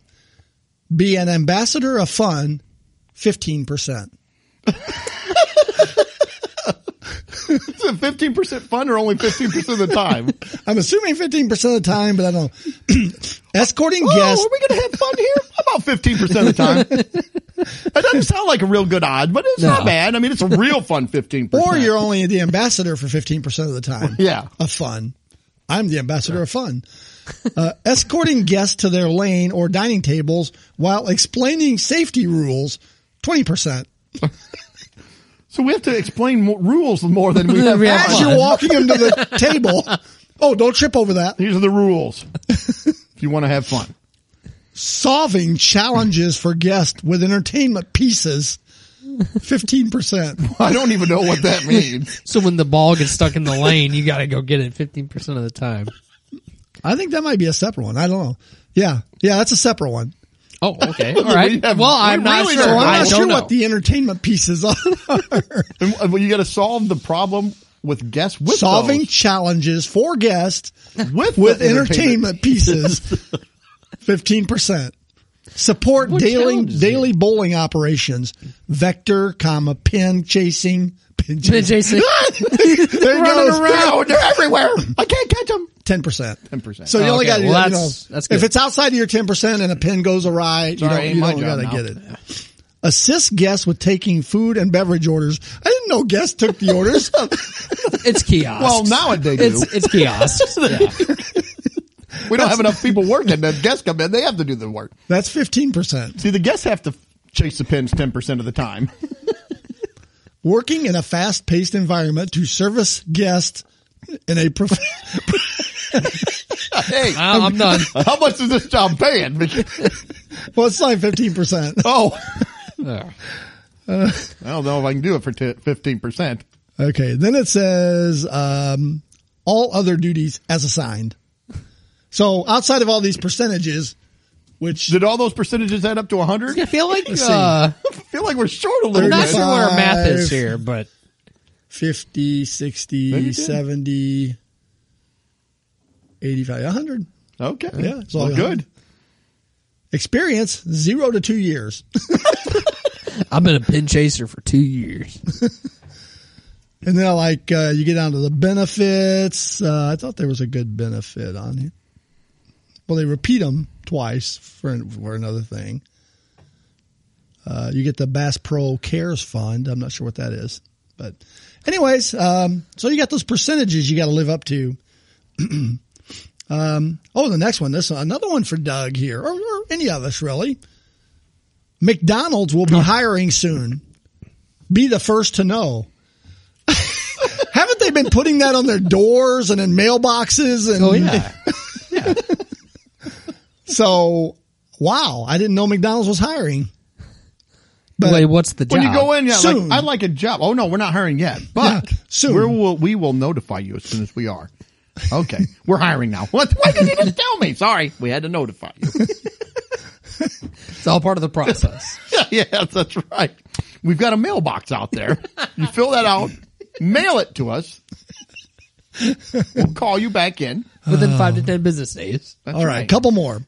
S2: Be an ambassador of fun, 15%.
S1: It's a 15% fun or only 15% of the
S2: [laughs]
S1: time.
S2: I'm assuming 15% of the time, but I don't know. [clears throat] Escorting
S1: Oh,
S2: guests.
S1: are we going to have fun here? About 15% of the
S2: [laughs]
S1: time. That doesn't sound like a real good odd, but it's not
S3: No.
S1: bad. I mean, it's a real fun 15%.
S2: Or you're only the ambassador for 15% of the time.
S1: [laughs] Yeah.
S2: Of fun. I'm the ambassador of fun. Uh, escorting guests to their lane or dining tables while explaining safety rules, 20%.
S1: So we have to explain more, rules more than
S2: [laughs]
S1: we have.
S3: We have
S1: fun.
S2: As you're walking them to the
S1: [laughs]
S2: table, oh, don't trip over that.
S1: These are the
S2: [laughs]
S1: rules. if you want to have fun.
S2: Solving challenges for guests with entertainment pieces, 15%.
S1: I don't even know what that means.
S3: So when the ball gets stuck in the lane, you got to go get it 15% of the time.
S2: I think that might be a separate one. I don't know. Yeah. Yeah, that's a separate one.
S3: Oh, okay. [laughs] All right.
S1: have-
S3: well, I'm
S1: we
S3: not
S1: really
S3: sure.
S1: don't.
S2: So
S1: We're
S3: I
S2: I'm not
S3: don't
S2: sure
S3: know.
S2: what the entertainment pieces are.
S1: And, uh, well, you got to solve the problem with guess with
S2: Solving
S1: those.
S2: challenges for guests
S1: with
S2: with
S1: the
S2: entertainment pieces. 15%. Support
S3: What
S2: daily
S3: challenges
S2: daily bowling operations, vector, comma, pin chasing, pin
S3: [laughs] Then
S2: chasing. [laughs]
S3: Jason,
S1: They're running
S2: goes.
S1: around. They're everywhere. I can't catch them.
S2: 10%.
S1: 10%.
S2: So you
S3: Oh,
S2: only
S3: okay.
S2: got to,
S3: Well,
S2: you know,
S3: that's- that's
S2: if
S3: good.
S2: it's outside of your 10% and a pin goes awry, you
S1: Sorry,
S2: don't,
S1: ain't
S2: you
S1: my
S2: don't
S1: job
S2: got to
S1: now.
S2: get it. Assist guests with taking food and beverage orders. I didn't know guests took the orders.
S3: it's kiosks.
S1: Well, nowadays they do.
S3: it's, it's kiosks. Yeah.
S1: we don't have enough people working. The guests come in. They have to do the work.
S2: That's 15%.
S1: See, the guests have to chase the pins 10% of the time.
S2: working in a fast-paced environment to service guests in a prof-
S1: [laughs]
S2: [laughs]
S1: hey,
S3: Well, I'm [laughs] done.
S1: how much is this job paying?
S2: well it's like 15%
S1: oh, [laughs]
S3: Ugh.
S1: I don't know if I can do it for t- 15%.
S2: okay then it says um, all other duties as assigned so outside of all these percentages which
S1: Did all those percentages add up to 100?
S3: I feel like uh,
S1: I [laughs] feel like we're short a
S3: I'm
S1: little
S3: not
S1: bit.
S3: sure what our math is here, but
S2: 50
S1: Maybe
S2: 60
S1: you did.
S2: 70 85 100
S1: Okay.
S2: Yeah, it's all
S1: well, good.
S2: experience 0 to 2 years
S3: I've been a pin chaser for two years.
S2: And then like uh, you get down to the benefits. Uh, I thought there was a good benefit on here. Well, they repeat them twice for for another thing. Uh, you get the Bass Pro Cares Fund. I'm not sure what that is, but anyways, um, so you got those percentages you got to live up to. [clears throat] um, oh, the next one, this one, another one for Doug here, or, or any of us really. McDonald's will be hiring soon. Be the first to know. Haven't they been putting that on their doors and in mailboxes? And
S3: Oh yeah.
S2: [laughs] so, wow, I didn't know McDonald's was hiring. But-
S3: Wait, what's the job?
S1: When you go in, yeah,
S2: Soon.
S1: like I'd like a job. Oh no, we're not hiring yet, but
S2: Yeah,
S1: [laughs]
S2: soon.
S1: we will we will notify you as soon as we are. Okay, we're hiring now. What? Why didn't you just tell me? Sorry, we had to notify you.
S3: It's all part of the process.
S1: [laughs] yeah, that's right. We've got a mailbox out there. You fill that out, mail it to us. We'll call you back in.
S3: Within five to ten business days.
S1: That's
S2: All right, couple more.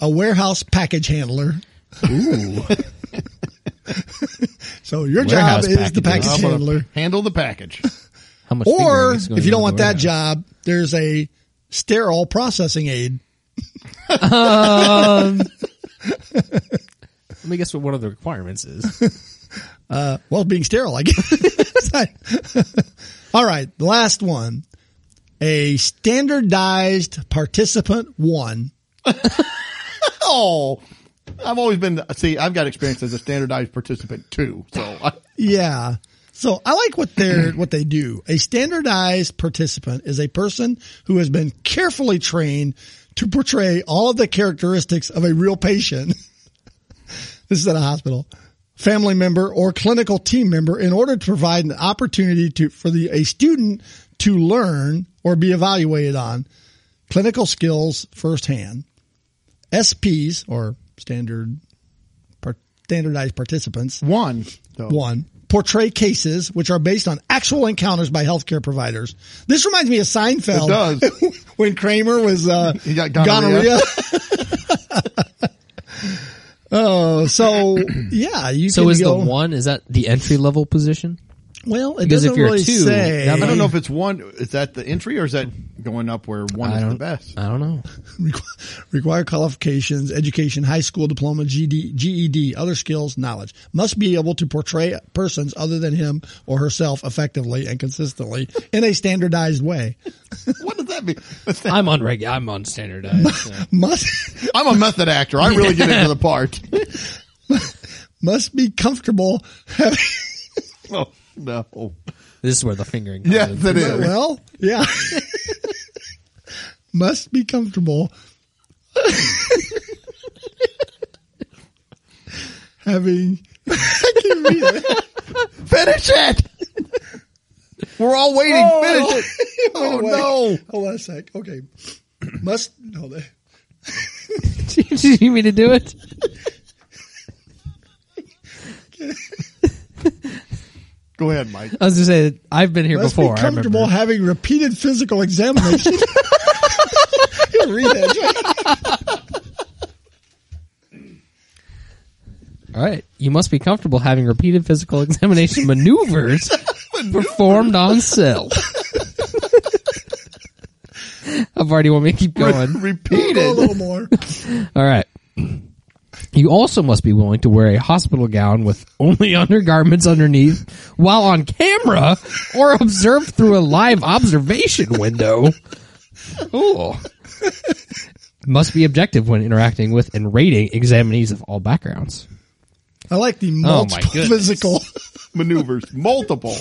S2: a warehouse package handler.
S1: Ooh,
S2: [laughs] So your
S3: Warehouse
S2: job is the
S3: packages.
S2: package handler.
S1: handle the package.
S3: How much?
S2: Or if you don't want that job, there's a sterile processing aid.
S3: let me guess what one of the requirements is.
S2: Well, being sterile, I guess. [laughs] All right, the last one. A standardized participant one.
S1: [laughs] Oh, I've always been. See, I've got experience as a standardized participant too. So I,
S2: Yeah. So I like what they're what they do. A standardized participant is a person who has been carefully trained to portray all of the characteristics of a real patient. [laughs] this is at a hospital, family member, or clinical team member in order to provide an opportunity to for the a student to learn or be evaluated on clinical skills firsthand. SPs or standard par, standardized participants
S1: one though.
S2: one, portray cases which are based on actual encounters by healthcare providers. This reminds me of Seinfeld.
S1: It does.
S2: [laughs] when Kramer was uh,
S1: He got
S2: gonorrhea. [laughs]
S1: gonorrhea.
S2: oh, so yeah, you
S3: So
S2: can
S3: is
S2: go, [clears throat]
S3: the one is that the entry level position?
S2: Well, it
S3: Because if
S2: doesn't
S3: you're
S2: really
S3: two,
S2: say.
S3: that
S1: I don't
S3: might-
S1: know if it's one. Is that the entry or is that going up where one
S3: I
S1: is
S3: don't.
S1: the best? [laughs]
S3: I don't know.
S2: [laughs] Requ- require qualifications, education, high school diploma, GD, GED, E other skills, knowledge. Must be able to portray persons other than him or herself effectively and consistently in a standardized way.
S1: what does that mean?
S3: I'm unreg. I'm unstandardized. yeah.
S2: Must
S1: I'm a method actor. I really get into the part.
S2: must be comfortable.
S1: [laughs] oh no.
S3: This is where the fingering. Comes
S1: Yes,
S3: in.
S1: it is.
S2: well, yeah. [laughs] must be comfortable. [laughs] Having
S1: Finish it. We're all waiting. Finish it. [laughs] Oh
S2: Wait,
S1: no.
S2: Hold on a sec. Okay. Must no. They,
S3: Do [laughs] you mean to do it?
S1: Go ahead, Mike.
S3: I was just saying I've been here
S2: must
S3: before.
S2: be
S3: I remember.
S2: comfortable having repeated physical
S3: [laughs]
S2: examination. [laughs] You'll read that.
S3: All right. You must be comfortable having repeated physical [laughs] examination [laughs] maneuvers performed on self. I've already want me to keep
S1: [laughs]
S3: going.
S1: Repeat
S2: Go a
S1: it.
S2: little more.
S3: All right. You also must be willing to wear a hospital gown with only [laughs] undergarments underneath while on camera or observed through a live observation window. Ooh. Must be objective when interacting with and rating examinees of all backgrounds.
S2: I like the multiple
S3: Oh goodness.
S2: physical.
S1: Maneuvers. Multiple.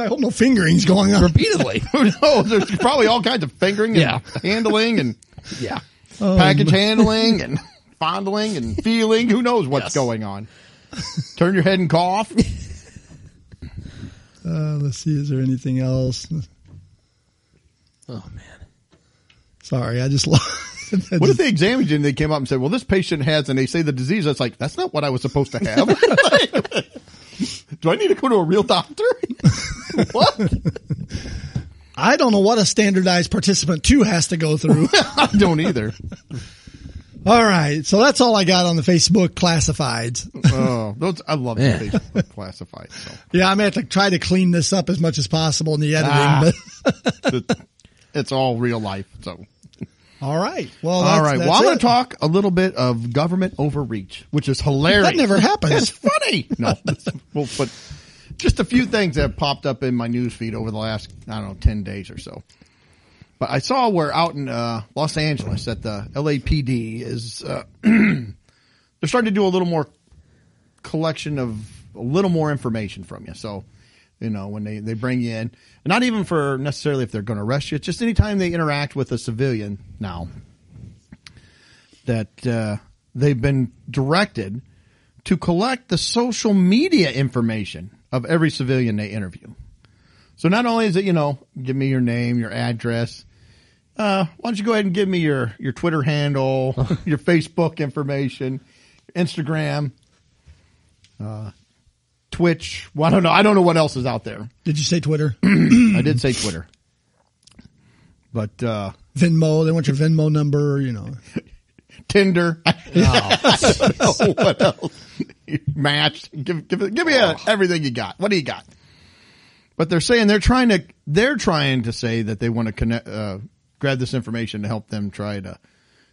S2: I hope no fingering's going on.
S3: Repeatedly.
S1: Who knows? Oh, There's probably all kinds of fingering and
S3: Yeah.
S1: handling [laughs] and
S3: [laughs] Yeah.
S1: package handling [laughs] and fondling and feeling. Who knows what's
S3: Yes.
S1: going on? Turn your head and cough.
S2: Uh, let's see. Is there anything else?
S3: Oh man.
S2: Sorry, I just [laughs] lost. I
S1: What if
S2: just-
S1: they examined you and they came up and said, "Well, this patient has," and they say the disease? That's like that's not what I was supposed to have. [laughs] Do I need to go to a real doctor? [laughs] what? [laughs]
S2: I don't know what a standardized participant two has to
S1: [laughs]
S2: go through.
S1: I don't either.
S2: all right, so that's all I got on the Facebook classifieds.
S1: Oh, those I love
S3: Man.
S1: that they classified. So.
S2: Yeah, I'm gonna have to try to clean this up as much as possible in the editing.
S1: Ah.
S2: But [laughs]
S1: It's- It's all real life. So
S2: all right, well, that's,
S1: all right.
S2: That's
S1: Well, I'm going
S2: it.
S1: to talk a little bit of government overreach, which is hilarious.
S2: That never
S1: It's
S2: happens.
S1: funny. No, [laughs] well, but just a few things that popped up in my news feed over the last I don't know ten days or so. But I saw where out in uh, Los Angeles that the LAPD is uh, [clears throat] they're starting to do a little more collection of a little more information from you. So, you know, when they, they bring you in, not even for necessarily if they're going to arrest you, it's just anytime they interact with a civilian now that uh, they've been directed to collect the social media information of every civilian they interview. So not only is it, you know, give me your name, your address. Uh, why don't you go ahead and give me your, your Twitter handle, your Facebook information, Instagram, uh, Twitch. Well, I don't know. I don't know what else is out there.
S2: Did you say Twitter, [clears throat]
S1: I did say Twitter, but, uh,
S2: Venmo? They want your Venmo number. You know,
S1: Tinder. [laughs] I don't know what else. [laughs] Match. Give, give, give me
S2: Oh.
S1: uh everything you got. What do you got? But they're saying they're trying to they're trying to say that they want to connect uh, grab this information to help them try to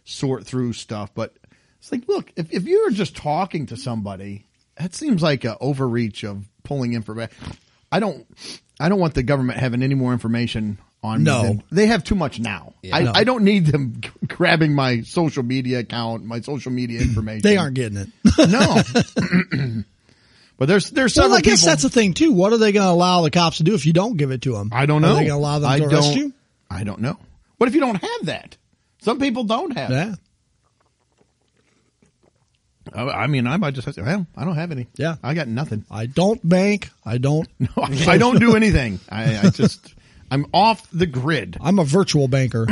S1: sort through stuff. But it's like, look, if if you are just talking to somebody, that seems like an overreach of pulling information. I don't I don't want the government having any more information on
S2: No.
S1: me than- they have too much now. I,
S2: No.
S1: I don't need them [laughs] g- grabbing my social media account, my social media information. [clears throat]
S2: they aren't getting it.
S1: no.
S2: [laughs]
S1: but there's there's [laughs] several
S2: Well, I guess
S1: people-
S2: that's the thing too. What are they going to allow the cops to do if you don't give it to them?
S1: I don't know.
S2: Are they going to allow them
S1: I
S2: to arrest
S1: don't-
S2: you?
S1: I don't know. What if you don't have that? Some people don't have.
S2: Yeah.
S1: It. I, I mean, I might just have to. Well, I don't have any.
S2: Yeah.
S1: I got
S2: [laughs]
S1: nothing. [laughs]
S2: I don't bank. I don't.
S1: No, I, I don't do anything. I, I just I'm off the grid.
S2: I'm a virtual
S1: [clears throat]
S2: banker.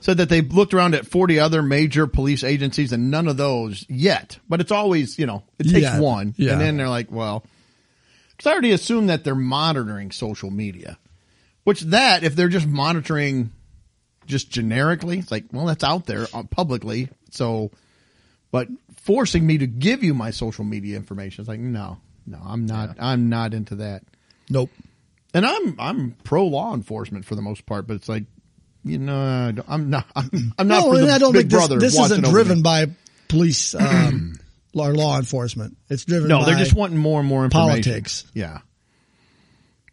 S1: said that they looked around at 40 other major police agencies and none of those yet. But it's always, you know, it takes
S2: Yeah.
S1: one.
S2: Yeah.
S1: And then they're like, well, because I already assume that they're monitoring social media, which that, if they're just monitoring just generically, it's like, well, that's out there uh, publicly. So, but forcing me to give you my social media information, it's like, no, no, I'm not. I'm not into that.
S2: Nope.
S1: And I'm I'm pro law enforcement for the most part, but it's like, you know, I don't- I'm not. [laughs] I'm, I'm not.
S2: no,
S1: for the
S2: and I don't
S1: big
S2: think this,
S1: brother
S2: this
S1: watching
S2: isn't
S1: over
S2: driven
S1: me.
S2: by
S1: [clears throat]
S2: police um, or law enforcement. It's driven.
S1: No, they're
S2: by-
S1: just wanting more and more information.
S2: politics.
S1: Yeah.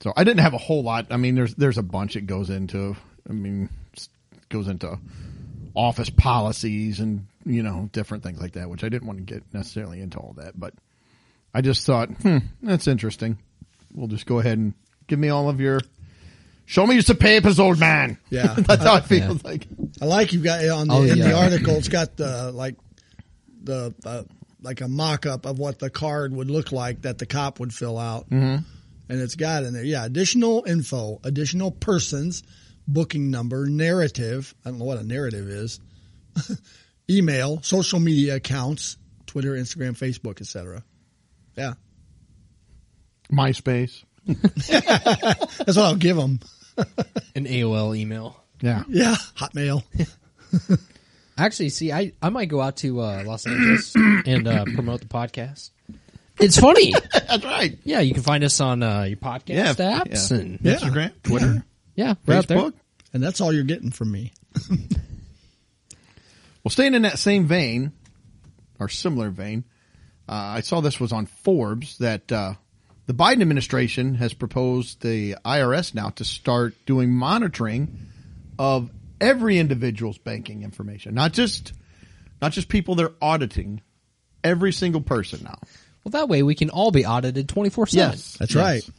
S1: So I didn't have a whole lot. I mean, there's there's a bunch it goes into. I mean, s- goes into office policies and you know different things like that, which I didn't want to get necessarily into all that. But I just thought, hmm, that's interesting. We'll just go ahead and give me all of your. Show me your papers, old man.
S2: Yeah.
S1: [laughs] that's how I feel. Like
S2: I like you got on the,
S3: Oh,
S2: in the
S3: yeah.
S2: article. [laughs] It's got the like the uh, like a mock up of what the card would look like that the cop would fill out, mm-hmm. and it's got in there. Yeah, additional info, additional persons, booking number, narrative. I don't know what a narrative is. [laughs] Email, social media accounts, Twitter, Instagram, Facebook, etc. Yeah,
S1: MySpace.
S2: that's what I'll give them.
S3: An AOL email.
S1: Yeah.
S2: Yeah, Hotmail.
S3: Actually, see, I, I might go out to uh, Los Angeles [coughs] and uh, promote the podcast. It's funny.
S1: That's right.
S3: [laughs] yeah, you can find us on uh, your podcast
S1: Yeah.
S3: apps
S1: Yeah.
S3: and
S2: Yeah.
S1: Instagram, Twitter,
S3: yeah, we're out there.
S1: Facebook.
S2: And that's all you're getting from me.
S1: Well, staying in that same vein or similar vein, uh, I saw this was on Forbes that uh, the Biden administration has proposed the IRS now to start doing monitoring of every individual's banking information, not just not just people they're auditing, every single person now.
S3: Well, that way we can all be audited twenty four seven.
S1: Yes.
S2: That's right.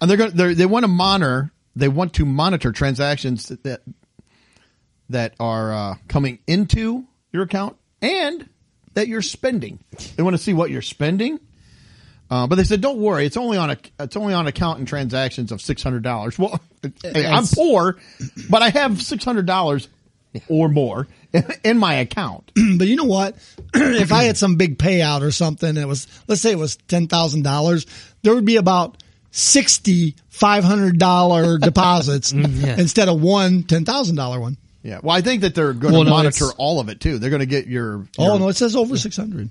S1: and they're going to they want to monitor they want to monitor transactions that that, that are uh, coming into your account and that you're spending. They want to see what you're spending. Uh, but they said, "Don't worry, it's only on a it's only on account and transactions of six hundred dollars." Well, [laughs] hey, I'm
S3: It's-
S1: poor, but I have six hundred dollars or more [laughs] in my account.
S2: But you know what? [clears throat] if I had some big payout or something, and it was let's say it was ten thousand dollars, there would be about sixty five
S3: [laughs]
S2: hundred dollar deposits
S3: Mm, yeah.
S2: instead of one ten thousand dollar one.
S1: Yeah. Well, I think that they're going
S3: Well,
S1: to
S3: no,
S1: monitor
S3: it's-
S1: all of it too. They're going to get your,
S2: Oh
S1: your-
S2: no, it says over six hundred.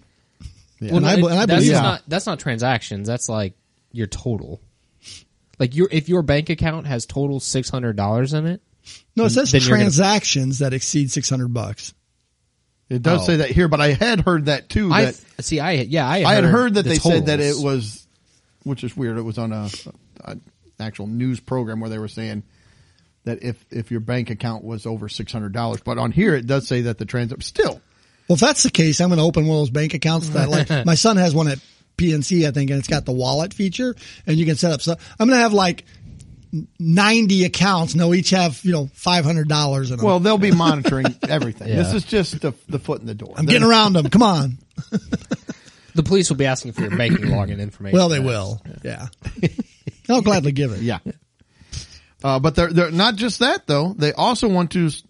S1: Yeah.
S3: Well,
S2: And
S3: no,
S2: I
S3: it-
S2: be- and I
S3: that's
S2: believe-
S3: not that's not transactions. That's like your total. Like your if your bank account has total six hundred dollars in it,
S2: No, it says
S3: Then you're gonna-
S2: transactions that exceed six hundred bucks.
S1: It does
S3: Oh.
S1: say that here, but I had heard that too.
S3: I
S1: that
S3: see. I yeah, I had,
S1: I had heard that
S3: the
S1: they said that it
S3: totals.
S1: was, which is weird. It was on a, a actual news program where they were saying that if if your bank account was over six hundred dollars, but on here it does say that the trans still.
S2: Well, if that's the case, I'm going to open one of those bank accounts
S3: [laughs]
S2: that like my son has one at PNC, I think, and it's got the wallet feature and you can set up. So I'm going to have like 90 accounts and they'll each have, you know, $500 in them.
S1: Well, they'll be
S3: [laughs]
S1: monitoring everything. This
S3: Yeah.
S1: is just the, the foot in the door.
S2: I'm getting around them.
S1: [laughs]
S2: Come on.
S3: the police will be asking for your banking login information.
S2: Well, they will. Yeah.
S1: [laughs]
S2: I'll gladly give it.
S1: Yeah. Uh, but they're they're not just that though. They also want to. s-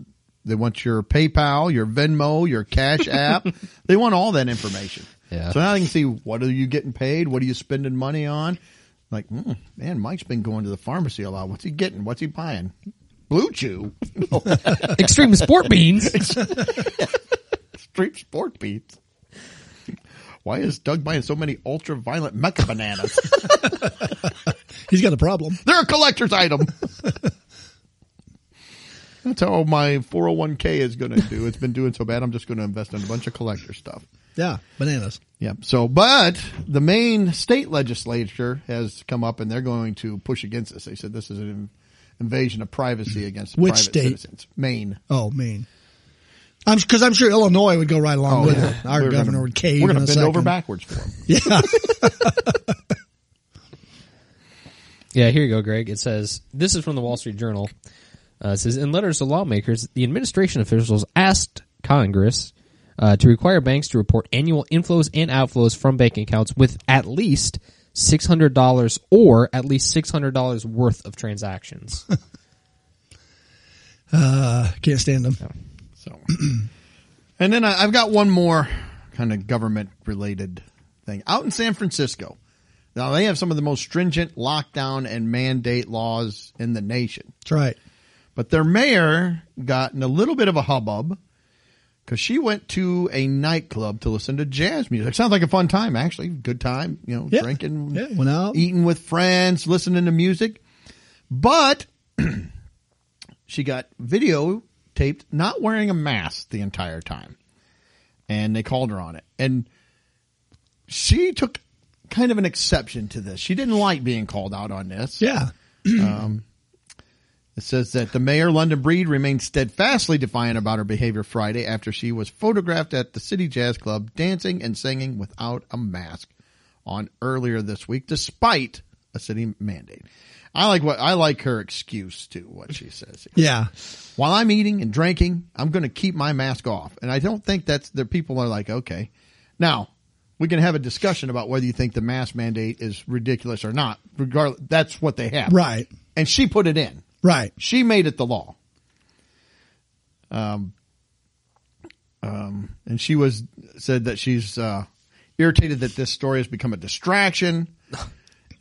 S1: They want your PayPal, your Venmo, your Cash App. they want all that information.
S3: Yeah.
S1: So now they can see what are you getting paid, what are you spending money on. Like, mm, man, Mike's been going to the pharmacy a lot. What's he getting? What's he buying? Blue Chew, [laughs]
S3: Extreme sport beans.
S1: Street Sport Beats. Why is Doug buying so many ultra violent mecha bananas?
S2: He's got a problem.
S1: They're a collector's item. [laughs] That's how my 401k is going to do. It's been doing so bad. I'm just going to invest in a bunch of collector stuff.
S2: Yeah. Bananas.
S1: Yeah. So, but the main state legislature has come up and they're going to push against this. They said this is an in- invasion of privacy against
S2: Which
S1: private
S2: state?
S1: citizens. Maine.
S2: Oh, Maine. I'm because I'm sure Illinois would go right along with it. Our
S1: Oh, We're
S2: governor
S1: gonna,
S2: would cave.
S1: We're
S2: in
S1: going to
S2: a
S1: bend
S2: second.
S1: over backwards for them.
S2: [laughs] Yeah.
S3: Yeah, here you go, Greg. It says this is from the Wall Street Journal. Uh, it says in letters to lawmakers, the administration officials asked Congress uh, to require banks to report annual inflows and outflows from bank accounts with at least six hundred dollars or at least six hundred dollars worth of
S2: [laughs]
S3: transactions.
S2: Uh, can't stand them.
S1: So, [clears throat] and then I, I've got one more kind of government related thing out in San Francisco. Now they have some of the most stringent lockdown and mandate laws in the nation,
S2: That's right.
S1: but their mayor got in a little bit of a hubbub because she went to a nightclub to listen to jazz music. Sounds like a fun time, actually. Good time, you know,
S2: Yeah.
S1: drinking,
S2: Yeah, went out.
S1: eating with friends, listening to music. But [clears throat] she got videotaped not wearing a mask the entire time, and they called her on it. And she took kind of an exception to this. She didn't like being called out on this.
S2: Yeah.
S1: It says that the mayor, London Breed, remained steadfastly defiant about her behavior Friday after she was photographed at the City Jazz Club dancing and singing without a mask on earlier this week, despite a city mandate. I like what I like her excuse to what she says.
S2: [laughs]
S1: here.
S2: Yeah.
S1: While I'm eating and drinking, I'm going to keep my mask off, and I don't think that's the people are like okay. Now we can have a discussion about whether you think the mask mandate is ridiculous or not. Regardless, that's what they have,
S2: Right.
S1: And she put it in.
S2: Right.
S1: She made it the law. Um, um, and she was said that she's uh, irritated that this story has become a distraction.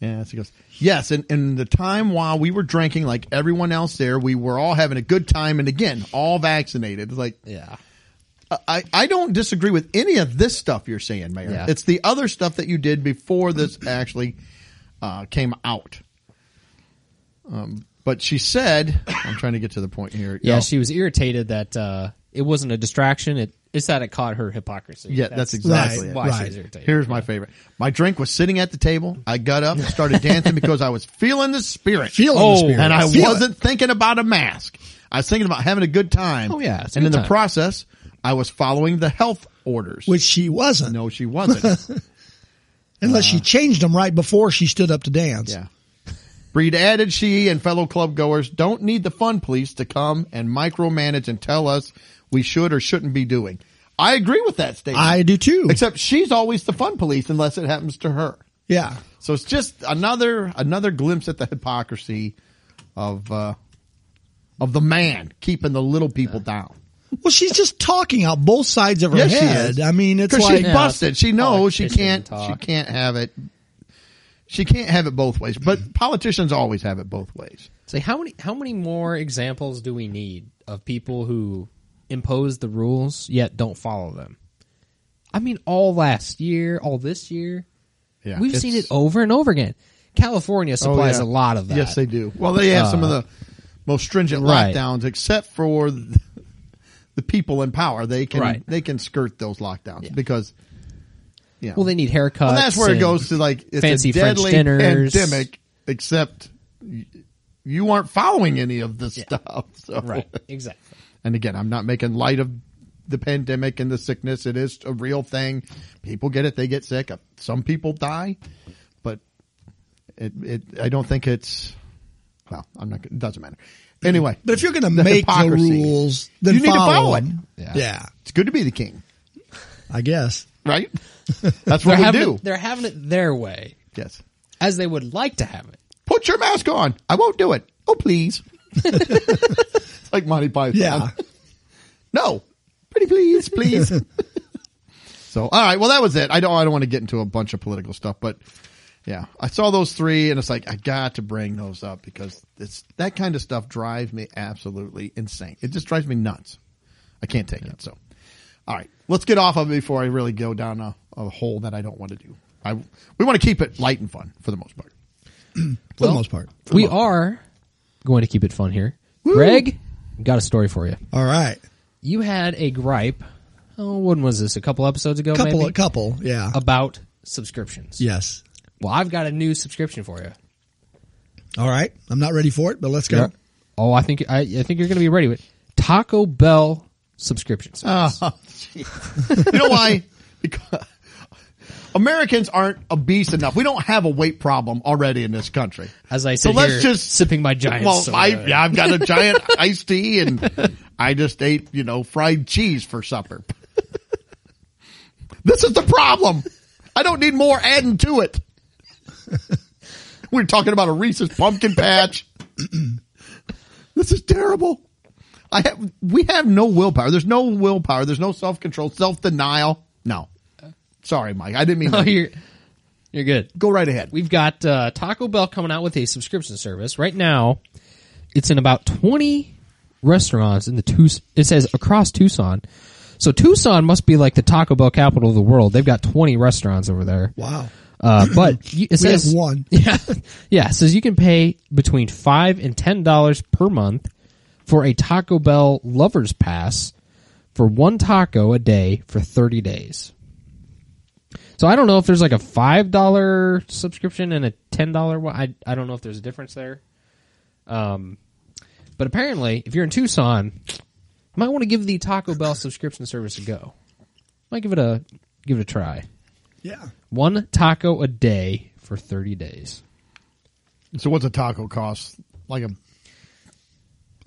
S1: Yeah, she goes, yes. And in the time while we were drinking, like everyone else there, we were all having a good time. And again, all vaccinated. It's like,
S3: Yeah.
S1: I, I don't disagree with any of this stuff you're saying, Mayor.
S3: Yeah.
S1: It's the other stuff that you did before this actually uh, came out. Um, but she said, I'm trying to get to the point here.
S3: Yeah,
S1: Oh,
S3: she was irritated that uh, it wasn't a distraction. It, it's that it caught her hypocrisy.
S1: Yeah, that's exactly
S2: it.
S3: why she
S2: Right.
S3: was irritated.
S1: Here's my favorite. My drink was sitting at the table. I got up and started dancing because I was feeling the spirit.
S2: Feeling the
S1: Oh,
S2: spirit.
S1: And I
S2: Feel it.
S1: wasn't thinking about a mask. I was thinking about having a good time.
S3: Oh, yeah, it's a
S1: And in
S3: good
S1: the
S3: time.
S1: process, I was following the health orders.
S2: Which she wasn't.
S1: no, she wasn't.
S2: Unless she changed them right before she stood up to dance.
S1: Yeah. [laughs] Breed added she and fellow club goers don't need the fun police to come and micromanage and tell us we should or shouldn't be doing. I agree with that statement.
S2: I do too.
S1: Except she's always the fun police unless it happens to her.
S2: yeah.
S1: So it's just another another glimpse at the hypocrisy of uh of the man keeping the little people down.
S2: Well, she's just talking out both sides of her
S1: Yes, she
S2: head.
S1: is.
S2: I mean, it's
S1: 'Cause
S2: like
S1: she's
S3: Yeah,
S1: busted. She knows she
S3: politician
S1: can't. She
S3: talk.
S1: can't have it. She can't have it both ways. But politicians always have it both ways.
S3: Say how many how many more examples do we need of people who impose the rules yet don't follow them? I mean, all last year, all this year,
S1: Yeah,
S3: we've
S1: it's- Oh,
S3: seen it over and over again. California supplies
S1: yeah.
S3: a lot of that. Uh,
S1: Yes, they do. Well, they have some of the most stringent
S3: right.
S1: lockdowns, except for the the people in power. They can
S3: Right.
S1: they can skirt those lockdowns because yeah.
S3: Well, they need haircuts.
S1: and that's where it
S3: and-
S1: goes to like it's
S3: fancy
S1: a
S3: French
S1: deadly
S3: dinners.
S1: pandemic. Except y- you aren't following any of this stuff. [laughs] So.
S3: Right, exactly.
S1: And again, I'm not making light of the pandemic and the sickness. It is a real thing. People get it. They get sick. Some people die, but it, it, I don't think it's, well, I'm not, it doesn't matter. Anyway,
S2: But if you're going to
S1: The
S2: make the
S1: hypocrisy.
S2: rules, then
S1: You need to
S2: follow,
S1: follow it.
S2: them.
S3: Yeah.
S2: Yeah.
S1: it's good to be the king,
S2: I guess. [laughs]
S1: right? That's
S3: They're
S1: what we
S3: having
S1: do.
S3: It, they're having it their way,
S1: Yes.
S3: as they would like to have it.
S1: Put your mask on. I won't do it. Oh,
S2: [laughs]
S1: please. [laughs] it's like Monty Python.
S2: Yeah.
S1: No. Pretty please, please. so, all right. Well, that was it. I don't, I don't want to get into a bunch of political stuff, but yeah, I saw those three and it's like, I got to bring those up because it's that kind of stuff drives me absolutely insane. It just drives me nuts. I can't take it. So, all right, let's get off of it before I really go down a, a hole that I don't want to do. I, we want to keep it light and fun for the most part.
S2: For the most part.
S3: We are going to keep it fun here. Greg, got a story for you.
S2: All right.
S3: You had a gripe. Oh, when was this? A couple episodes ago,
S2: Couple,
S3: maybe?
S2: a couple. Yeah.
S3: about subscriptions.
S2: yes.
S3: Well, I've got a new subscription for you.
S2: All right. I'm not ready for it, but let's go.
S3: Oh, I think I, I think you're going to be ready with Taco Bell subscriptions.
S1: Oh, geez. you know why? Because Americans aren't obese enough. We don't have a weight problem already in this country.
S3: As I sit here sipping my giant
S1: Well,
S3: soda.
S1: I, yeah, I've got a giant [laughs] iced tea, and I just ate you know fried cheese for supper. this is the problem. I don't need more adding to it. [laughs] We're talking about a Reese's pumpkin patch. this is terrible. I have, we have no willpower. There's no willpower. There's no self control, self denial. No. Sorry, Mike. I didn't mean
S3: Oh,
S1: to.
S3: [laughs] you're you're good.
S1: Go right ahead.
S3: We've got uh, Taco Bell coming out with a subscription service right now. It's in about twenty restaurants in the two. It says across Tucson. So Tucson must be like the Taco Bell capital of the world. They've got 20 restaurants over there.
S2: Wow.
S3: Uh,
S2: [clears throat]
S3: but you- it
S2: We have
S3: says
S2: one.
S3: [laughs] Yeah, yeah. It says you can pay between five and ten dollars per month for a Taco Bell lovers pass for one taco a day for 30 days. So I don't know if there's like a five dollar subscription and a ten dollar one. I I don't know if there's a difference there. Um, but apparently, if you're in Tucson, you might want to give the Taco Bell subscription service a go. Might give it a give it a try.
S2: Yeah.
S3: One taco a day for 30 days.
S1: So what's a taco cost? Like a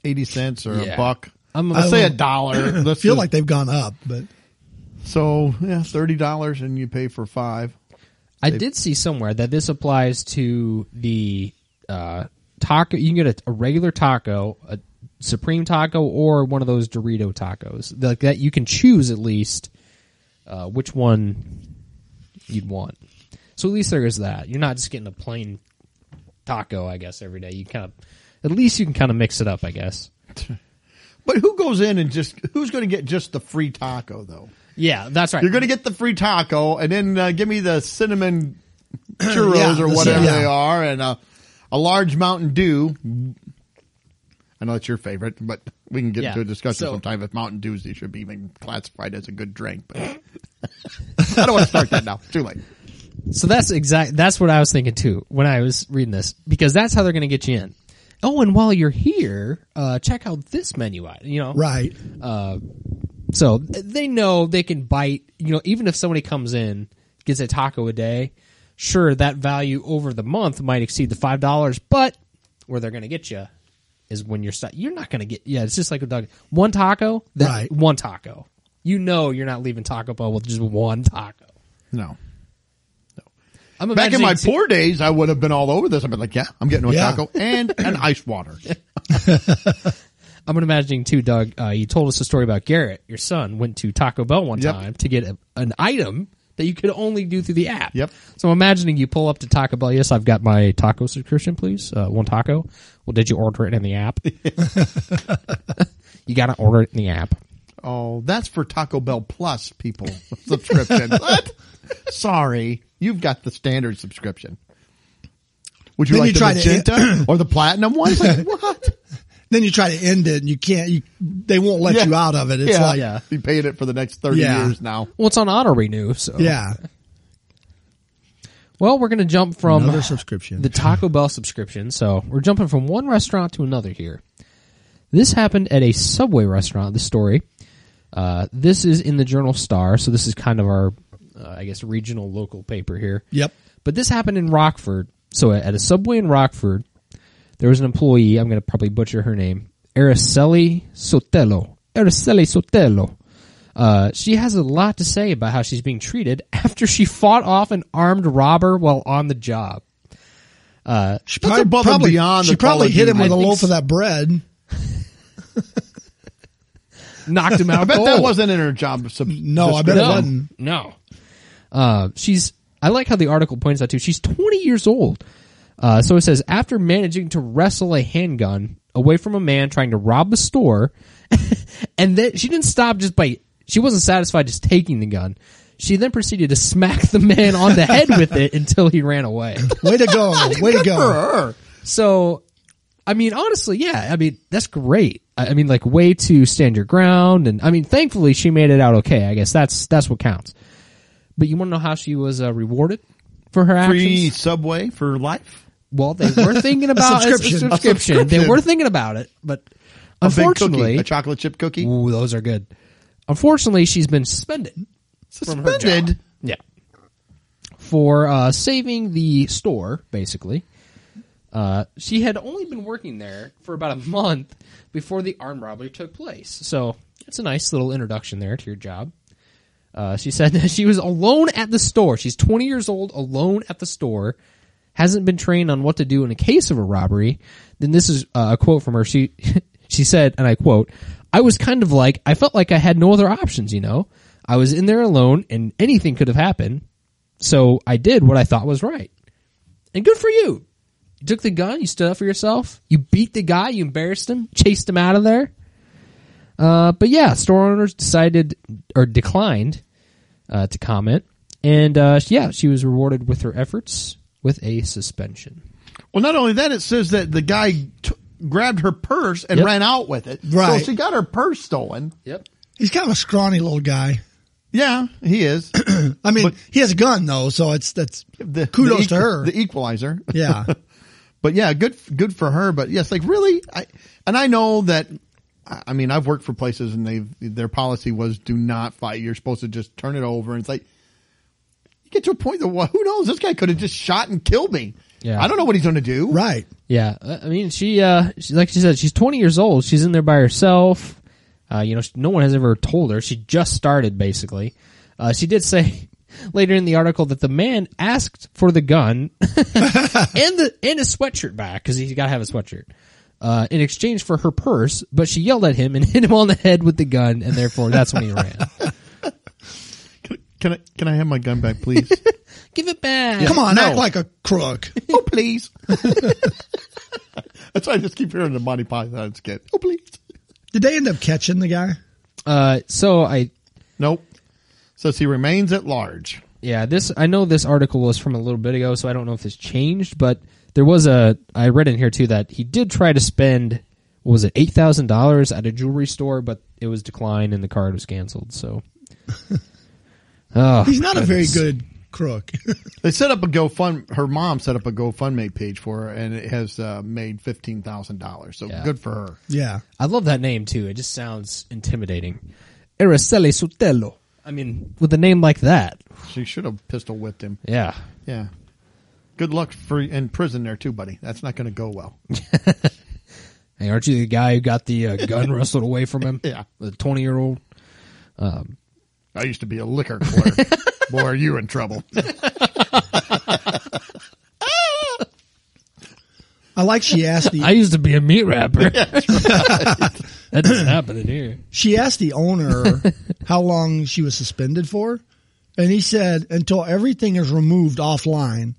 S1: eighty cents or
S3: Yeah.
S1: a buck?
S3: I'm-
S1: Let's say a
S2: I'm-
S1: dollar.
S2: I
S1: Let's
S2: feel
S1: just-
S2: like they've gone up, but
S1: so. Yeah, thirty dollars, and you pay for five.
S3: I did see somewhere that this applies to the uh, taco. You can get a, a regular taco, a supreme taco, or one of those Dorito tacos. Like that, you can choose at least uh, which one you'd want. So at least there is that. You're not just getting a plain taco, I guess, every day. You kind of, at least you can kind of mix it up, I guess.
S1: But who goes in and just who's going to get just the free taco though?
S3: Yeah, that's right.
S1: You're going to get the free taco, and then uh, give me the
S2: [clears throat]
S1: cinnamon churros
S2: Yeah,
S1: or
S2: the
S1: whatever
S2: cin-
S1: they
S2: yeah.
S1: are, and a, a large Mountain Dew. I know that's your favorite, but we can get
S3: Yeah,
S1: into a discussion
S3: so-
S1: sometime if Mountain Dews they should be even classified as a good drink. But [laughs] I don't want to start that now. It's Too late.
S3: So that's exact. That's what I was thinking too when I was reading this because that's how they're going to get you in. Oh, and while you're here, uh, check out this menu item. You know,
S2: right.
S3: So th- they know they can bite. You know, even if somebody comes in gets a taco a day, sure that value over the month might exceed the five dollars, but where they're going to get you is when you're st- you're not going to get. Yeah, it's just like a dog. One taco, that,
S2: Right.
S3: One taco. You know, you're not leaving Taco Bell with just one taco.
S1: No.
S3: I'm
S1: Back in
S3: imagining
S1: my
S3: two-
S1: poor days, I would have been all over this. I've been like, yeah, I'm getting a
S2: Yeah.
S1: taco and an ice
S2: [laughs]
S1: water.
S3: I'm imagining too, Doug. Uh, you told us a story about Garrett, your son, went to Taco Bell one
S1: Yep.
S3: time to get a, an item that you could only do through the app.
S1: Yep.
S3: So I'm imagining you pull up to Taco Bell. Yes, I've got my taco subscription, please. Uh, one taco. Well, did you order it in the
S2: [laughs]
S3: app? you got to order it in the app.
S1: Oh, that's for Taco Bell Plus people [laughs] subscription. what? Sorry, you've got the standard subscription. Would you
S2: Then
S1: like
S2: you
S1: the
S2: try to-
S1: magenta
S2: [clears throat]
S1: or the platinum one? It's
S2: [laughs]
S1: Like, what?
S2: Then you try to end it and you can't, you, they won't let
S1: Yeah.
S2: you out of it. It's like,
S3: yeah.
S1: You paid it for the next thirty
S2: Yeah.
S1: years now.
S3: Well, it's on auto renew. So
S2: yeah.
S3: Well, we're going to jump from
S2: Another subscription.
S3: the Taco Bell subscription. So we're jumping from one restaurant to another here. This happened at a Subway restaurant. This story. Uh, this is in the Journal Star, so this is kind of our, uh, I guess, regional local paper here.
S2: Yep.
S3: But this happened in Rockford. So at a Subway in Rockford, there was an employee. I'm going to probably butcher her name. Araceli Sotelo. Araceli Sotelo. Uh, she has a lot to say about how she's being treated [laughs] after she fought off an armed robber while on the job.
S2: She
S1: That's above and beyond
S2: She
S1: the Call
S2: probably
S1: of
S2: hit him
S1: Duty.
S2: with a
S3: I think
S2: loaf
S3: so.
S2: of that bread.
S1: [laughs]
S3: Knocked him out.
S1: I bet
S3: cold.
S1: that wasn't in her job. Sub-
S2: Oh. No, I bet it
S3: no,
S2: wasn't.
S3: No. Uh, she's. I like how the article points out too. She's 20 years old. Uh, so it says after managing to wrestle a handgun away from a man trying to rob a store, [laughs] and then she didn't stop just by. She wasn't satisfied just taking the gun. She then proceeded to smack the man on the head with [laughs] it until he ran away.
S1: [laughs]
S2: Way to go. Way to
S1: Good for
S2: go.
S1: her.
S3: So, I mean, honestly, yeah. I mean, that's great. I, I mean, like, way to stand your ground, and I mean, thankfully, she made it out okay. I guess that's that's what counts. But you want to know how she was uh, rewarded for her actions?
S1: Free subway for life.
S3: Well, they
S1: [laughs]
S3: were thinking about
S2: subscription.
S3: A subscription. They were thinking about it, but
S1: A big cookie,
S3: unfortunately,
S1: a chocolate chip cookie.
S3: ooh, those are good. Unfortunately, she's been suspended. from her
S1: Suspended.
S3: job. Yeah. For uh, saving the store, basically. Uh, she had only been working there for about a month before the armed robbery took place. So it's a nice little introduction there to your job. Uh, she said that [laughs] she was alone at the store. She's 20 years old, alone at the store, hasn't been trained on what to do in a case of a robbery. Then this is uh, a quote from her. She [laughs] she said, and I quote, "I was kind of like I felt like I had no other options. You know, I was in there alone, and anything could have happened. So I did what I thought was right, and good for you. You took the gun, you stood up for yourself, you beat the guy, you embarrassed him, chased him out of there." Uh, but yeah, store owners decided or declined uh, to comment, and uh, yeah, she was rewarded with her efforts with a suspension.
S1: Well, not only that, it says that the guy t- grabbed her purse and
S3: Yep.
S1: ran out with it.
S2: Right.
S1: So she got her purse stolen.
S3: Yep.
S2: He's kind of a scrawny little guy.
S1: Yeah, he
S2: [coughs]
S1: is.
S2: I mean,
S1: But-
S2: he has a gun though, so it's that's
S1: The,
S2: Kudos
S1: the equ-
S2: to her.
S1: The equalizer.
S2: yeah.
S1: [laughs] But yeah, good good for her. But yes, like really, I and I know that. I I mean, I've worked for places and they've their policy was do not fight. You're supposed to just turn it over, and it's like you get to a point that well, who knows? This guy could have just shot and killed me.
S3: Yeah.
S1: I don't know what he's going to do.
S2: right.
S3: Yeah, I I mean, she, uh, she, like she said, she's 20 years old. She's in there by herself. Uh, you know, she, no one has ever told her. She just started, basically. Uh, she did say [laughs] later in the article that the man asked for the gun [laughs] and the and his sweatshirt back because he's got to have a sweatshirt uh, in exchange for her purse. But she yelled at him and [laughs] hit him on the head with the gun, and therefore that's when he ran.
S1: Can, can I can I have my gun back,
S2: [laughs]
S1: please?
S3: [laughs] Give it back.
S2: Come on,
S1: No.
S2: act like a crook.
S1: oh please. [laughs] That's why I just keep hearing the Monty Python skit. Oh please.
S2: Did they end up catching the guy?
S3: Uh, so I
S1: Nope. Says he remains at large.
S3: Yeah, this I know this article was from a little bit ago, so I don't know if it's changed, but there was a I read in here too that he did try to spend what was it eight thousand dollars at a jewelry store, but it was declined and the card was canceled. So, oh,
S2: He's not a very
S3: goodness.
S2: good crook. [laughs]
S1: They set up a GoFund. Her mom set up a GoFundMe page for her, and it has uh, made fifteen thousand dollars. So
S3: Yeah.
S1: good for her.
S2: yeah.
S3: I love that name too. It just sounds intimidating. Araceli Sotelo. I mean, with a name like that,
S1: She should have pistol whipped him.
S3: yeah.
S1: Yeah. Good luck for in prison there too, buddy. That's not going to go well.
S3: Hey, aren't you the guy who got the uh, gun [laughs] wrestled away from him?
S1: Yeah.
S3: the twenty-year-old.
S1: I used to be a liquor [laughs] clerk. Boy, are you in trouble?
S2: I like she asked the
S3: I used to be a meat [laughs] wrapper. [laughs] that doesn't happen in here.
S2: she asked
S1: [laughs]
S2: the owner how long she was suspended for, and he said until everything is removed offline.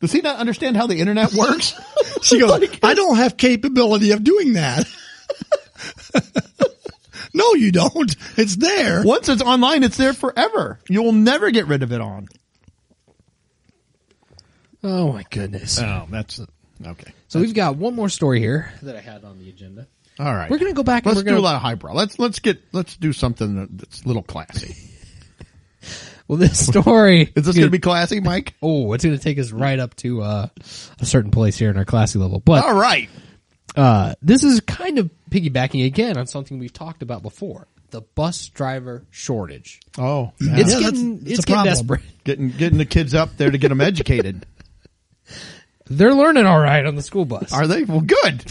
S1: Does he not understand how the internet works?
S2: [laughs] She goes, "I don't have capability of doing that." [laughs] no, you don't. It's there.
S1: Once it's online, it's there forever. You will never get rid of it. On.
S3: Oh my goodness.
S1: Oh, that's okay.
S3: so we've got one more story here that I had on the agenda.
S1: All right.
S3: We're gonna go back and
S1: Let's
S3: we're gonna-
S1: do a lot of highbrow. Let's let's get let's do something that's a little classy.
S3: Well, [laughs] this story
S1: Is this going to be classy, Mike?
S3: Oh, it's going to take us right up to uh, a certain place here in our classy level. But
S1: All right.
S3: uh, this is kind of piggybacking again on something we've talked about before: the bus driver shortage.
S1: Oh,
S3: It's
S2: Yeah, that's-
S3: getting
S2: it's
S3: it's,
S2: a
S3: getting
S2: problem.
S3: desperate.
S1: getting getting the kids up there to get them educated.
S3: They're learning all right on the school
S1: [laughs]
S3: bus.
S1: Are they? Well, good.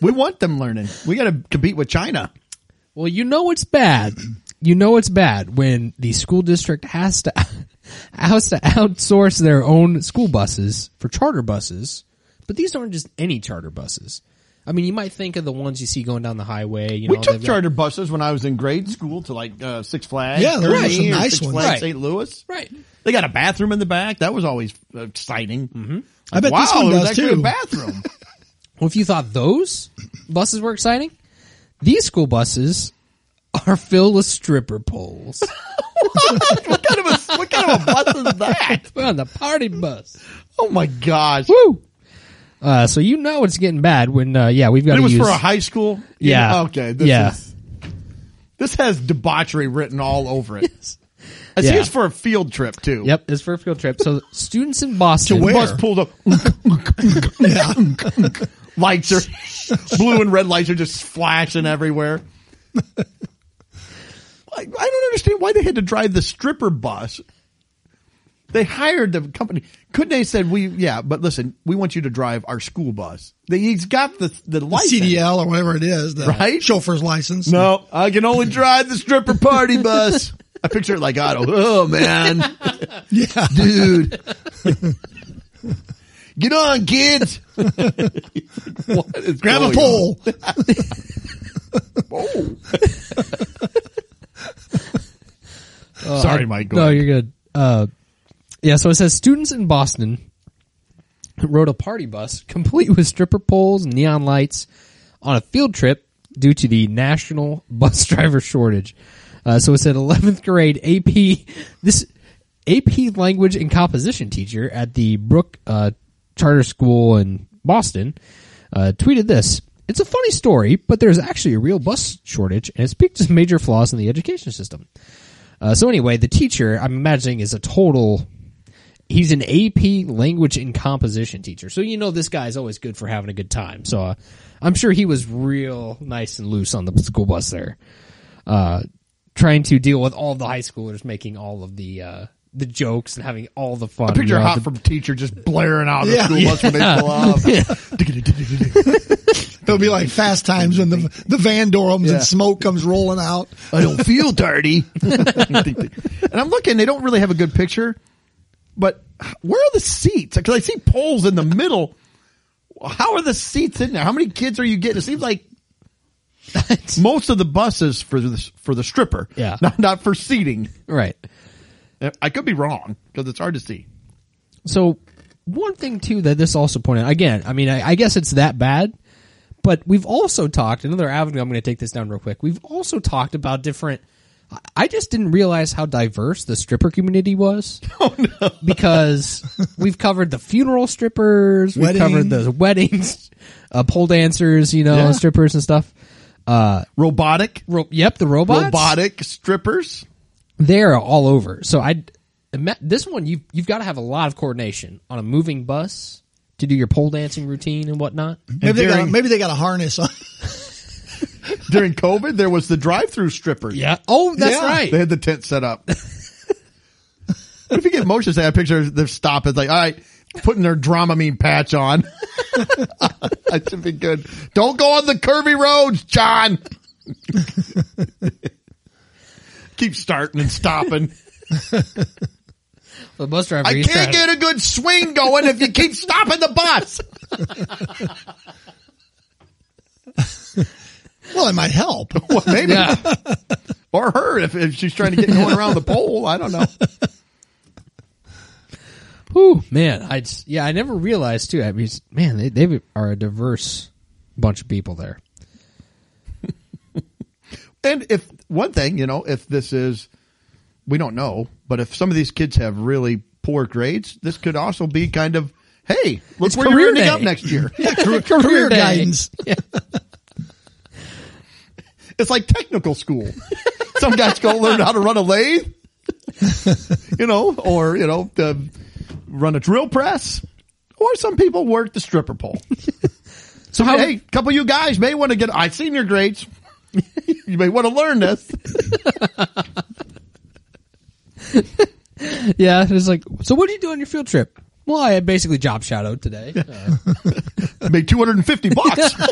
S1: We want them learning. We got to compete with China.
S3: Well, you know it's bad. You know it's bad when the school district has to [laughs] has to outsource their own school buses for charter buses, but these aren't just any charter buses. I mean, you might think of the ones you see going down the highway. You
S1: We
S3: know,
S1: took
S3: they've got-
S1: charter buses when I was in grade school to like uh, Six Flags.
S2: Yeah, there were
S1: Kearney,
S2: some
S1: or
S2: nice
S1: Six
S2: ones.
S1: Flags
S3: Right.
S1: St. Louis.
S3: right.
S1: They got a bathroom in the back. That was always exciting. Mm-hmm.
S2: I bet
S1: wow,
S2: this one
S1: there's
S2: does,
S1: actually
S2: too.
S1: a bathroom.
S3: Well, if you thought those buses were exciting, these school buses are filled with stripper poles. [laughs]
S1: what kind of a what kind of a bus is that?
S3: We're on the party bus.
S1: Oh my gosh!
S3: Woo! Uh, so you know it's getting bad when uh, yeah we've got
S1: It
S3: to
S1: was
S3: use
S1: for a high school.
S3: Yeah.
S1: Okay. This
S3: Yeah.
S1: Is, this has debauchery written all over it. I
S3: Yeah.
S1: see it's for a field trip too.
S3: Yep, it's for a field trip. So [laughs] students in Boston,
S1: The bus pulled up. [laughs] lights are [laughs] blue and red lights are just flashing everywhere. [laughs] I, I don't understand why they had to drive the stripper bus. They hired the company. Couldn't they said we? Yeah, but listen, we want you to drive our school bus. They, he's got the the license.
S2: CDL or whatever it is, the
S1: Right?
S2: chauffeur's license.
S1: [laughs] No, I can only drive the stripper party bus. [laughs] I picture it like Otto. Oh [laughs] man,
S2: Yeah.
S1: dude, get on, kids. what is
S2: Grab a
S1: going
S2: pole.
S1: on? Sorry, Mike. go
S3: No,
S1: ahead.
S3: you're good. Uh, yeah, so it says students in Boston rode a party bus complete with stripper poles and neon lights on a field trip due to the national [laughs] bus driver shortage. Uh, so it said 11th grade AP this AP language and composition teacher at the Brook uh, Charter School in Boston uh, tweeted this. It's a funny story, but there's actually a real bus shortage, and it speaks to major flaws in the education system. Uh, so anyway, the teacher I'm imagining is a total. He's an AP language and composition teacher, so you know this guy's always good for having a good time. So uh, I'm sure he was real nice and loose on the school bus there, uh, trying to deal with all the high schoolers making all of the uh, the jokes and having all the fun.
S1: I picture
S3: throughout
S1: hot
S3: the-
S1: from teacher just blaring out of the
S2: Yeah.
S1: school bus when they pull off. [laughs]
S2: It'll be like fast times when the the van door opens
S1: Yeah.
S2: and smoke comes rolling out.
S1: I don't feel dirty. and I'm looking; they don't really have a good picture. But where are the seats? Because I see poles in the middle. How are the seats in there? How many kids are you getting? It seems like most of the buses for the for the stripper,
S3: Yeah.
S1: not not for seating.
S3: [laughs] right.
S1: I could be wrong because it's hard to see.
S3: So one thing too that this also pointed out, again, I mean, I, I guess it's that bad, but we've also talked another avenue. I'm going to take this down real quick. We've also talked about different. I- I just didn't realize how diverse the stripper community was. Oh no! Because we've covered the funeral strippers, we've
S2: Wedding.
S3: covered the weddings, uh, pole dancers, you know,
S1: Yeah.
S3: strippers and stuff. Uh,
S1: Robotic,
S3: ro- yep, the robots.
S1: robotic strippers.
S3: They're all over. So I, this one you have you've got to have a lot of coordination on a moving bus to do your pole dancing routine and whatnot.
S2: Maybe they got a,
S1: during-
S2: maybe they got a harness on. [laughs]
S1: During COVID, there was the drive-through strippers.
S3: Oh, that's
S2: Yeah.
S3: right.
S1: They had the tent set up. what if you get motion sick? I picture they're stopping. It's like, all right, putting their Dramamine patch on. [laughs] that should be good. Don't go on the curvy roads, John. [laughs] Keep starting and stopping.
S3: the bus driver.
S1: I
S3: he's
S1: can't
S3: trying
S1: get a good swing going if you keep stopping the bus.
S2: Well, it might help.
S1: Well, maybe.
S3: to- Yeah.
S1: Or her if, if she's trying to get going around the pole. I don't know.
S3: Whew, man. I just, yeah, I never realized too. I mean, it's- man, they they are a diverse bunch of people there.
S1: And if one thing, you know, if this is, we don't know, but if some of these kids have really poor grades, this could also be kind of, hey, look
S3: It's
S1: where you're
S3: career
S1: ending
S3: day.
S1: up next
S3: [laughs]
S1: year.
S3: career,
S2: Career
S3: day.
S2: [laughs] guidance.
S1: it's like technical school. Some guys go learn how to run a lathe,
S3: [laughs]
S1: you know, or you know, uh, run a drill press. Or some people work the stripper pole.
S3: So how?
S1: hey, a couple of you guys may want to get. I've seen your grades. [laughs] you may want to learn this.
S3: Yeah, it's like. So what do you do on your field trip? Well, I basically job shadowed today. Uh,
S1: made 250 bucks. [laughs]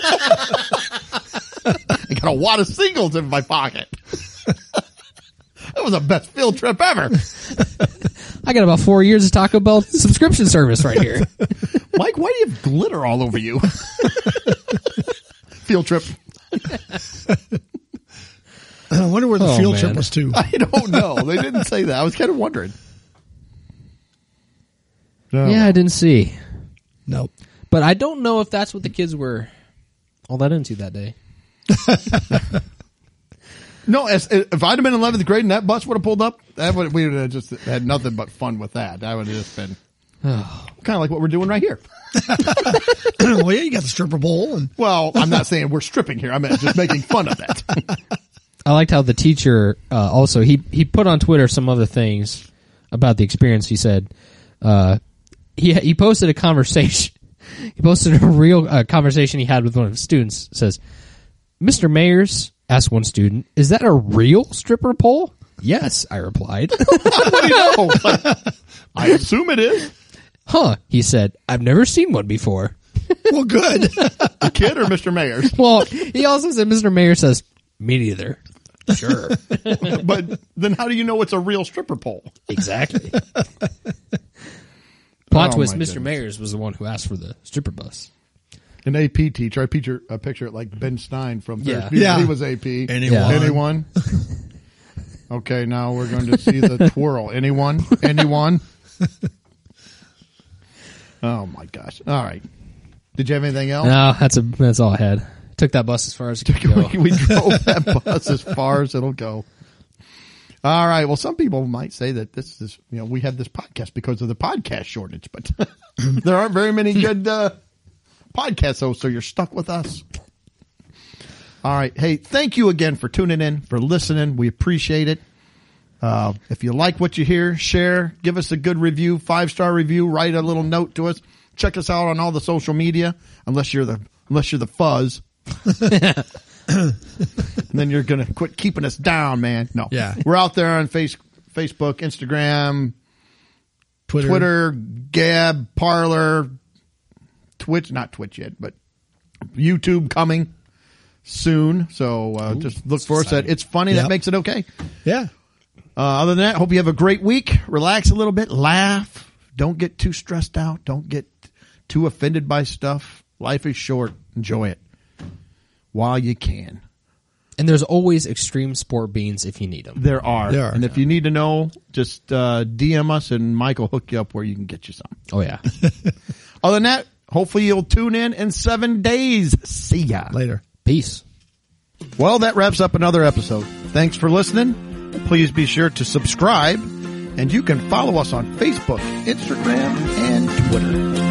S1: I got a wad of singles in my pocket. [laughs] that was the best field trip ever.
S3: I got about four years of Taco Bell subscription service right here.
S1: Mike, why do you have glitter all over you? [laughs] field trip.
S2: I wonder where the
S3: Oh,
S2: field
S3: man.
S2: trip was to.
S1: I don't know. They didn't say that. I was kind of wondering.
S3: Yeah, I didn't see.
S2: Nope.
S3: But I don't know if that's what the kids were all that into that day.
S1: No, as, if I'd have been in 11th grade and that bus would have pulled up, that would, we would have just had nothing but fun with that. That would have just [sighs] been kind of like what we're doing right here.
S2: [clears throat] well, yeah, you got the stripper pole and
S1: Well, I'm not saying we're stripping here. I'm just making fun of that.
S3: I liked how the teacher uh, also he he put on Twitter some other things about the experience. He said uh, he he posted a conversation. [laughs] He posted a real uh, conversation he had with one of his students. It says, "Mr. Mayers," asked one student, "Is that a real stripper pole?" Yes, I replied.
S1: [laughs]
S3: [laughs]
S1: No. I assume it is.
S3: huh? He said, "I've never seen one before."
S2: well, good. [laughs]
S1: The kid or Mr. Mayer's.
S3: Well, he also said, "Mr. Mayer says me neither." Sure.
S1: But then how do you know it's a real stripper pole?
S3: [laughs] Exactly. Plot
S1: Oh,
S3: twist:
S1: my
S3: Mr.
S1: goodness.
S3: Mayers was the one who asked for the stripper bus.
S1: An AP teacher. I picture, I picture it like Ben Stein from
S3: Yeah.
S1: Ferris Bueller.
S2: Yeah.
S1: He was AP.
S2: Anyone.
S1: Anyone? [laughs] okay, now we're going to see the twirl. Anyone? [laughs] Anyone? oh my gosh. All right. Did you have anything else?
S3: No, that's a that's all I had. Took that bus as far as it could go.
S1: [laughs] we, we drove that bus as far as it'll go. All right. Well, some people might say that this is, you know, we had this podcast because of the podcast shortage, but [laughs] there aren't very many good uh, podcasts, though, so you're stuck with us. All right. Hey, thank you again for tuning in, for listening. We appreciate it. Uh, if you like what you hear, share, give us a good review, five star review, write a little note to us. Check us out on all the social media, unless you're the unless you're the fuzz. [laughs] And then you're gonna quit keeping us down, man. No,
S2: Yeah.
S1: we're out there on face, Facebook, Instagram,
S2: Twitter.
S1: Twitter, Gab, Parlor, Twitch, not Twitch yet, but YouTube coming soon. So uh, just look for us. At, it's funny
S2: Yep.
S1: that makes it okay.
S2: Yeah.
S1: Uh, other than that, hope you have a great week. Relax a little bit, laugh. Don't get too stressed out. Don't get too offended by stuff. Life is short. Enjoy it while you can.
S3: And there's always extreme sport beans if you need them.
S1: There are.
S2: There are.
S1: And if you need to know, just uh, DM us and Mike will hook you up where you can get you some.
S3: Oh yeah.
S1: Other than that, hopefully you'll tune in in seven days. See ya.
S2: Later.
S3: [laughs] Peace.
S1: Well, that wraps up another episode. Thanks for listening. Please be sure to subscribe and you can follow us on Facebook, Instagram, and Twitter.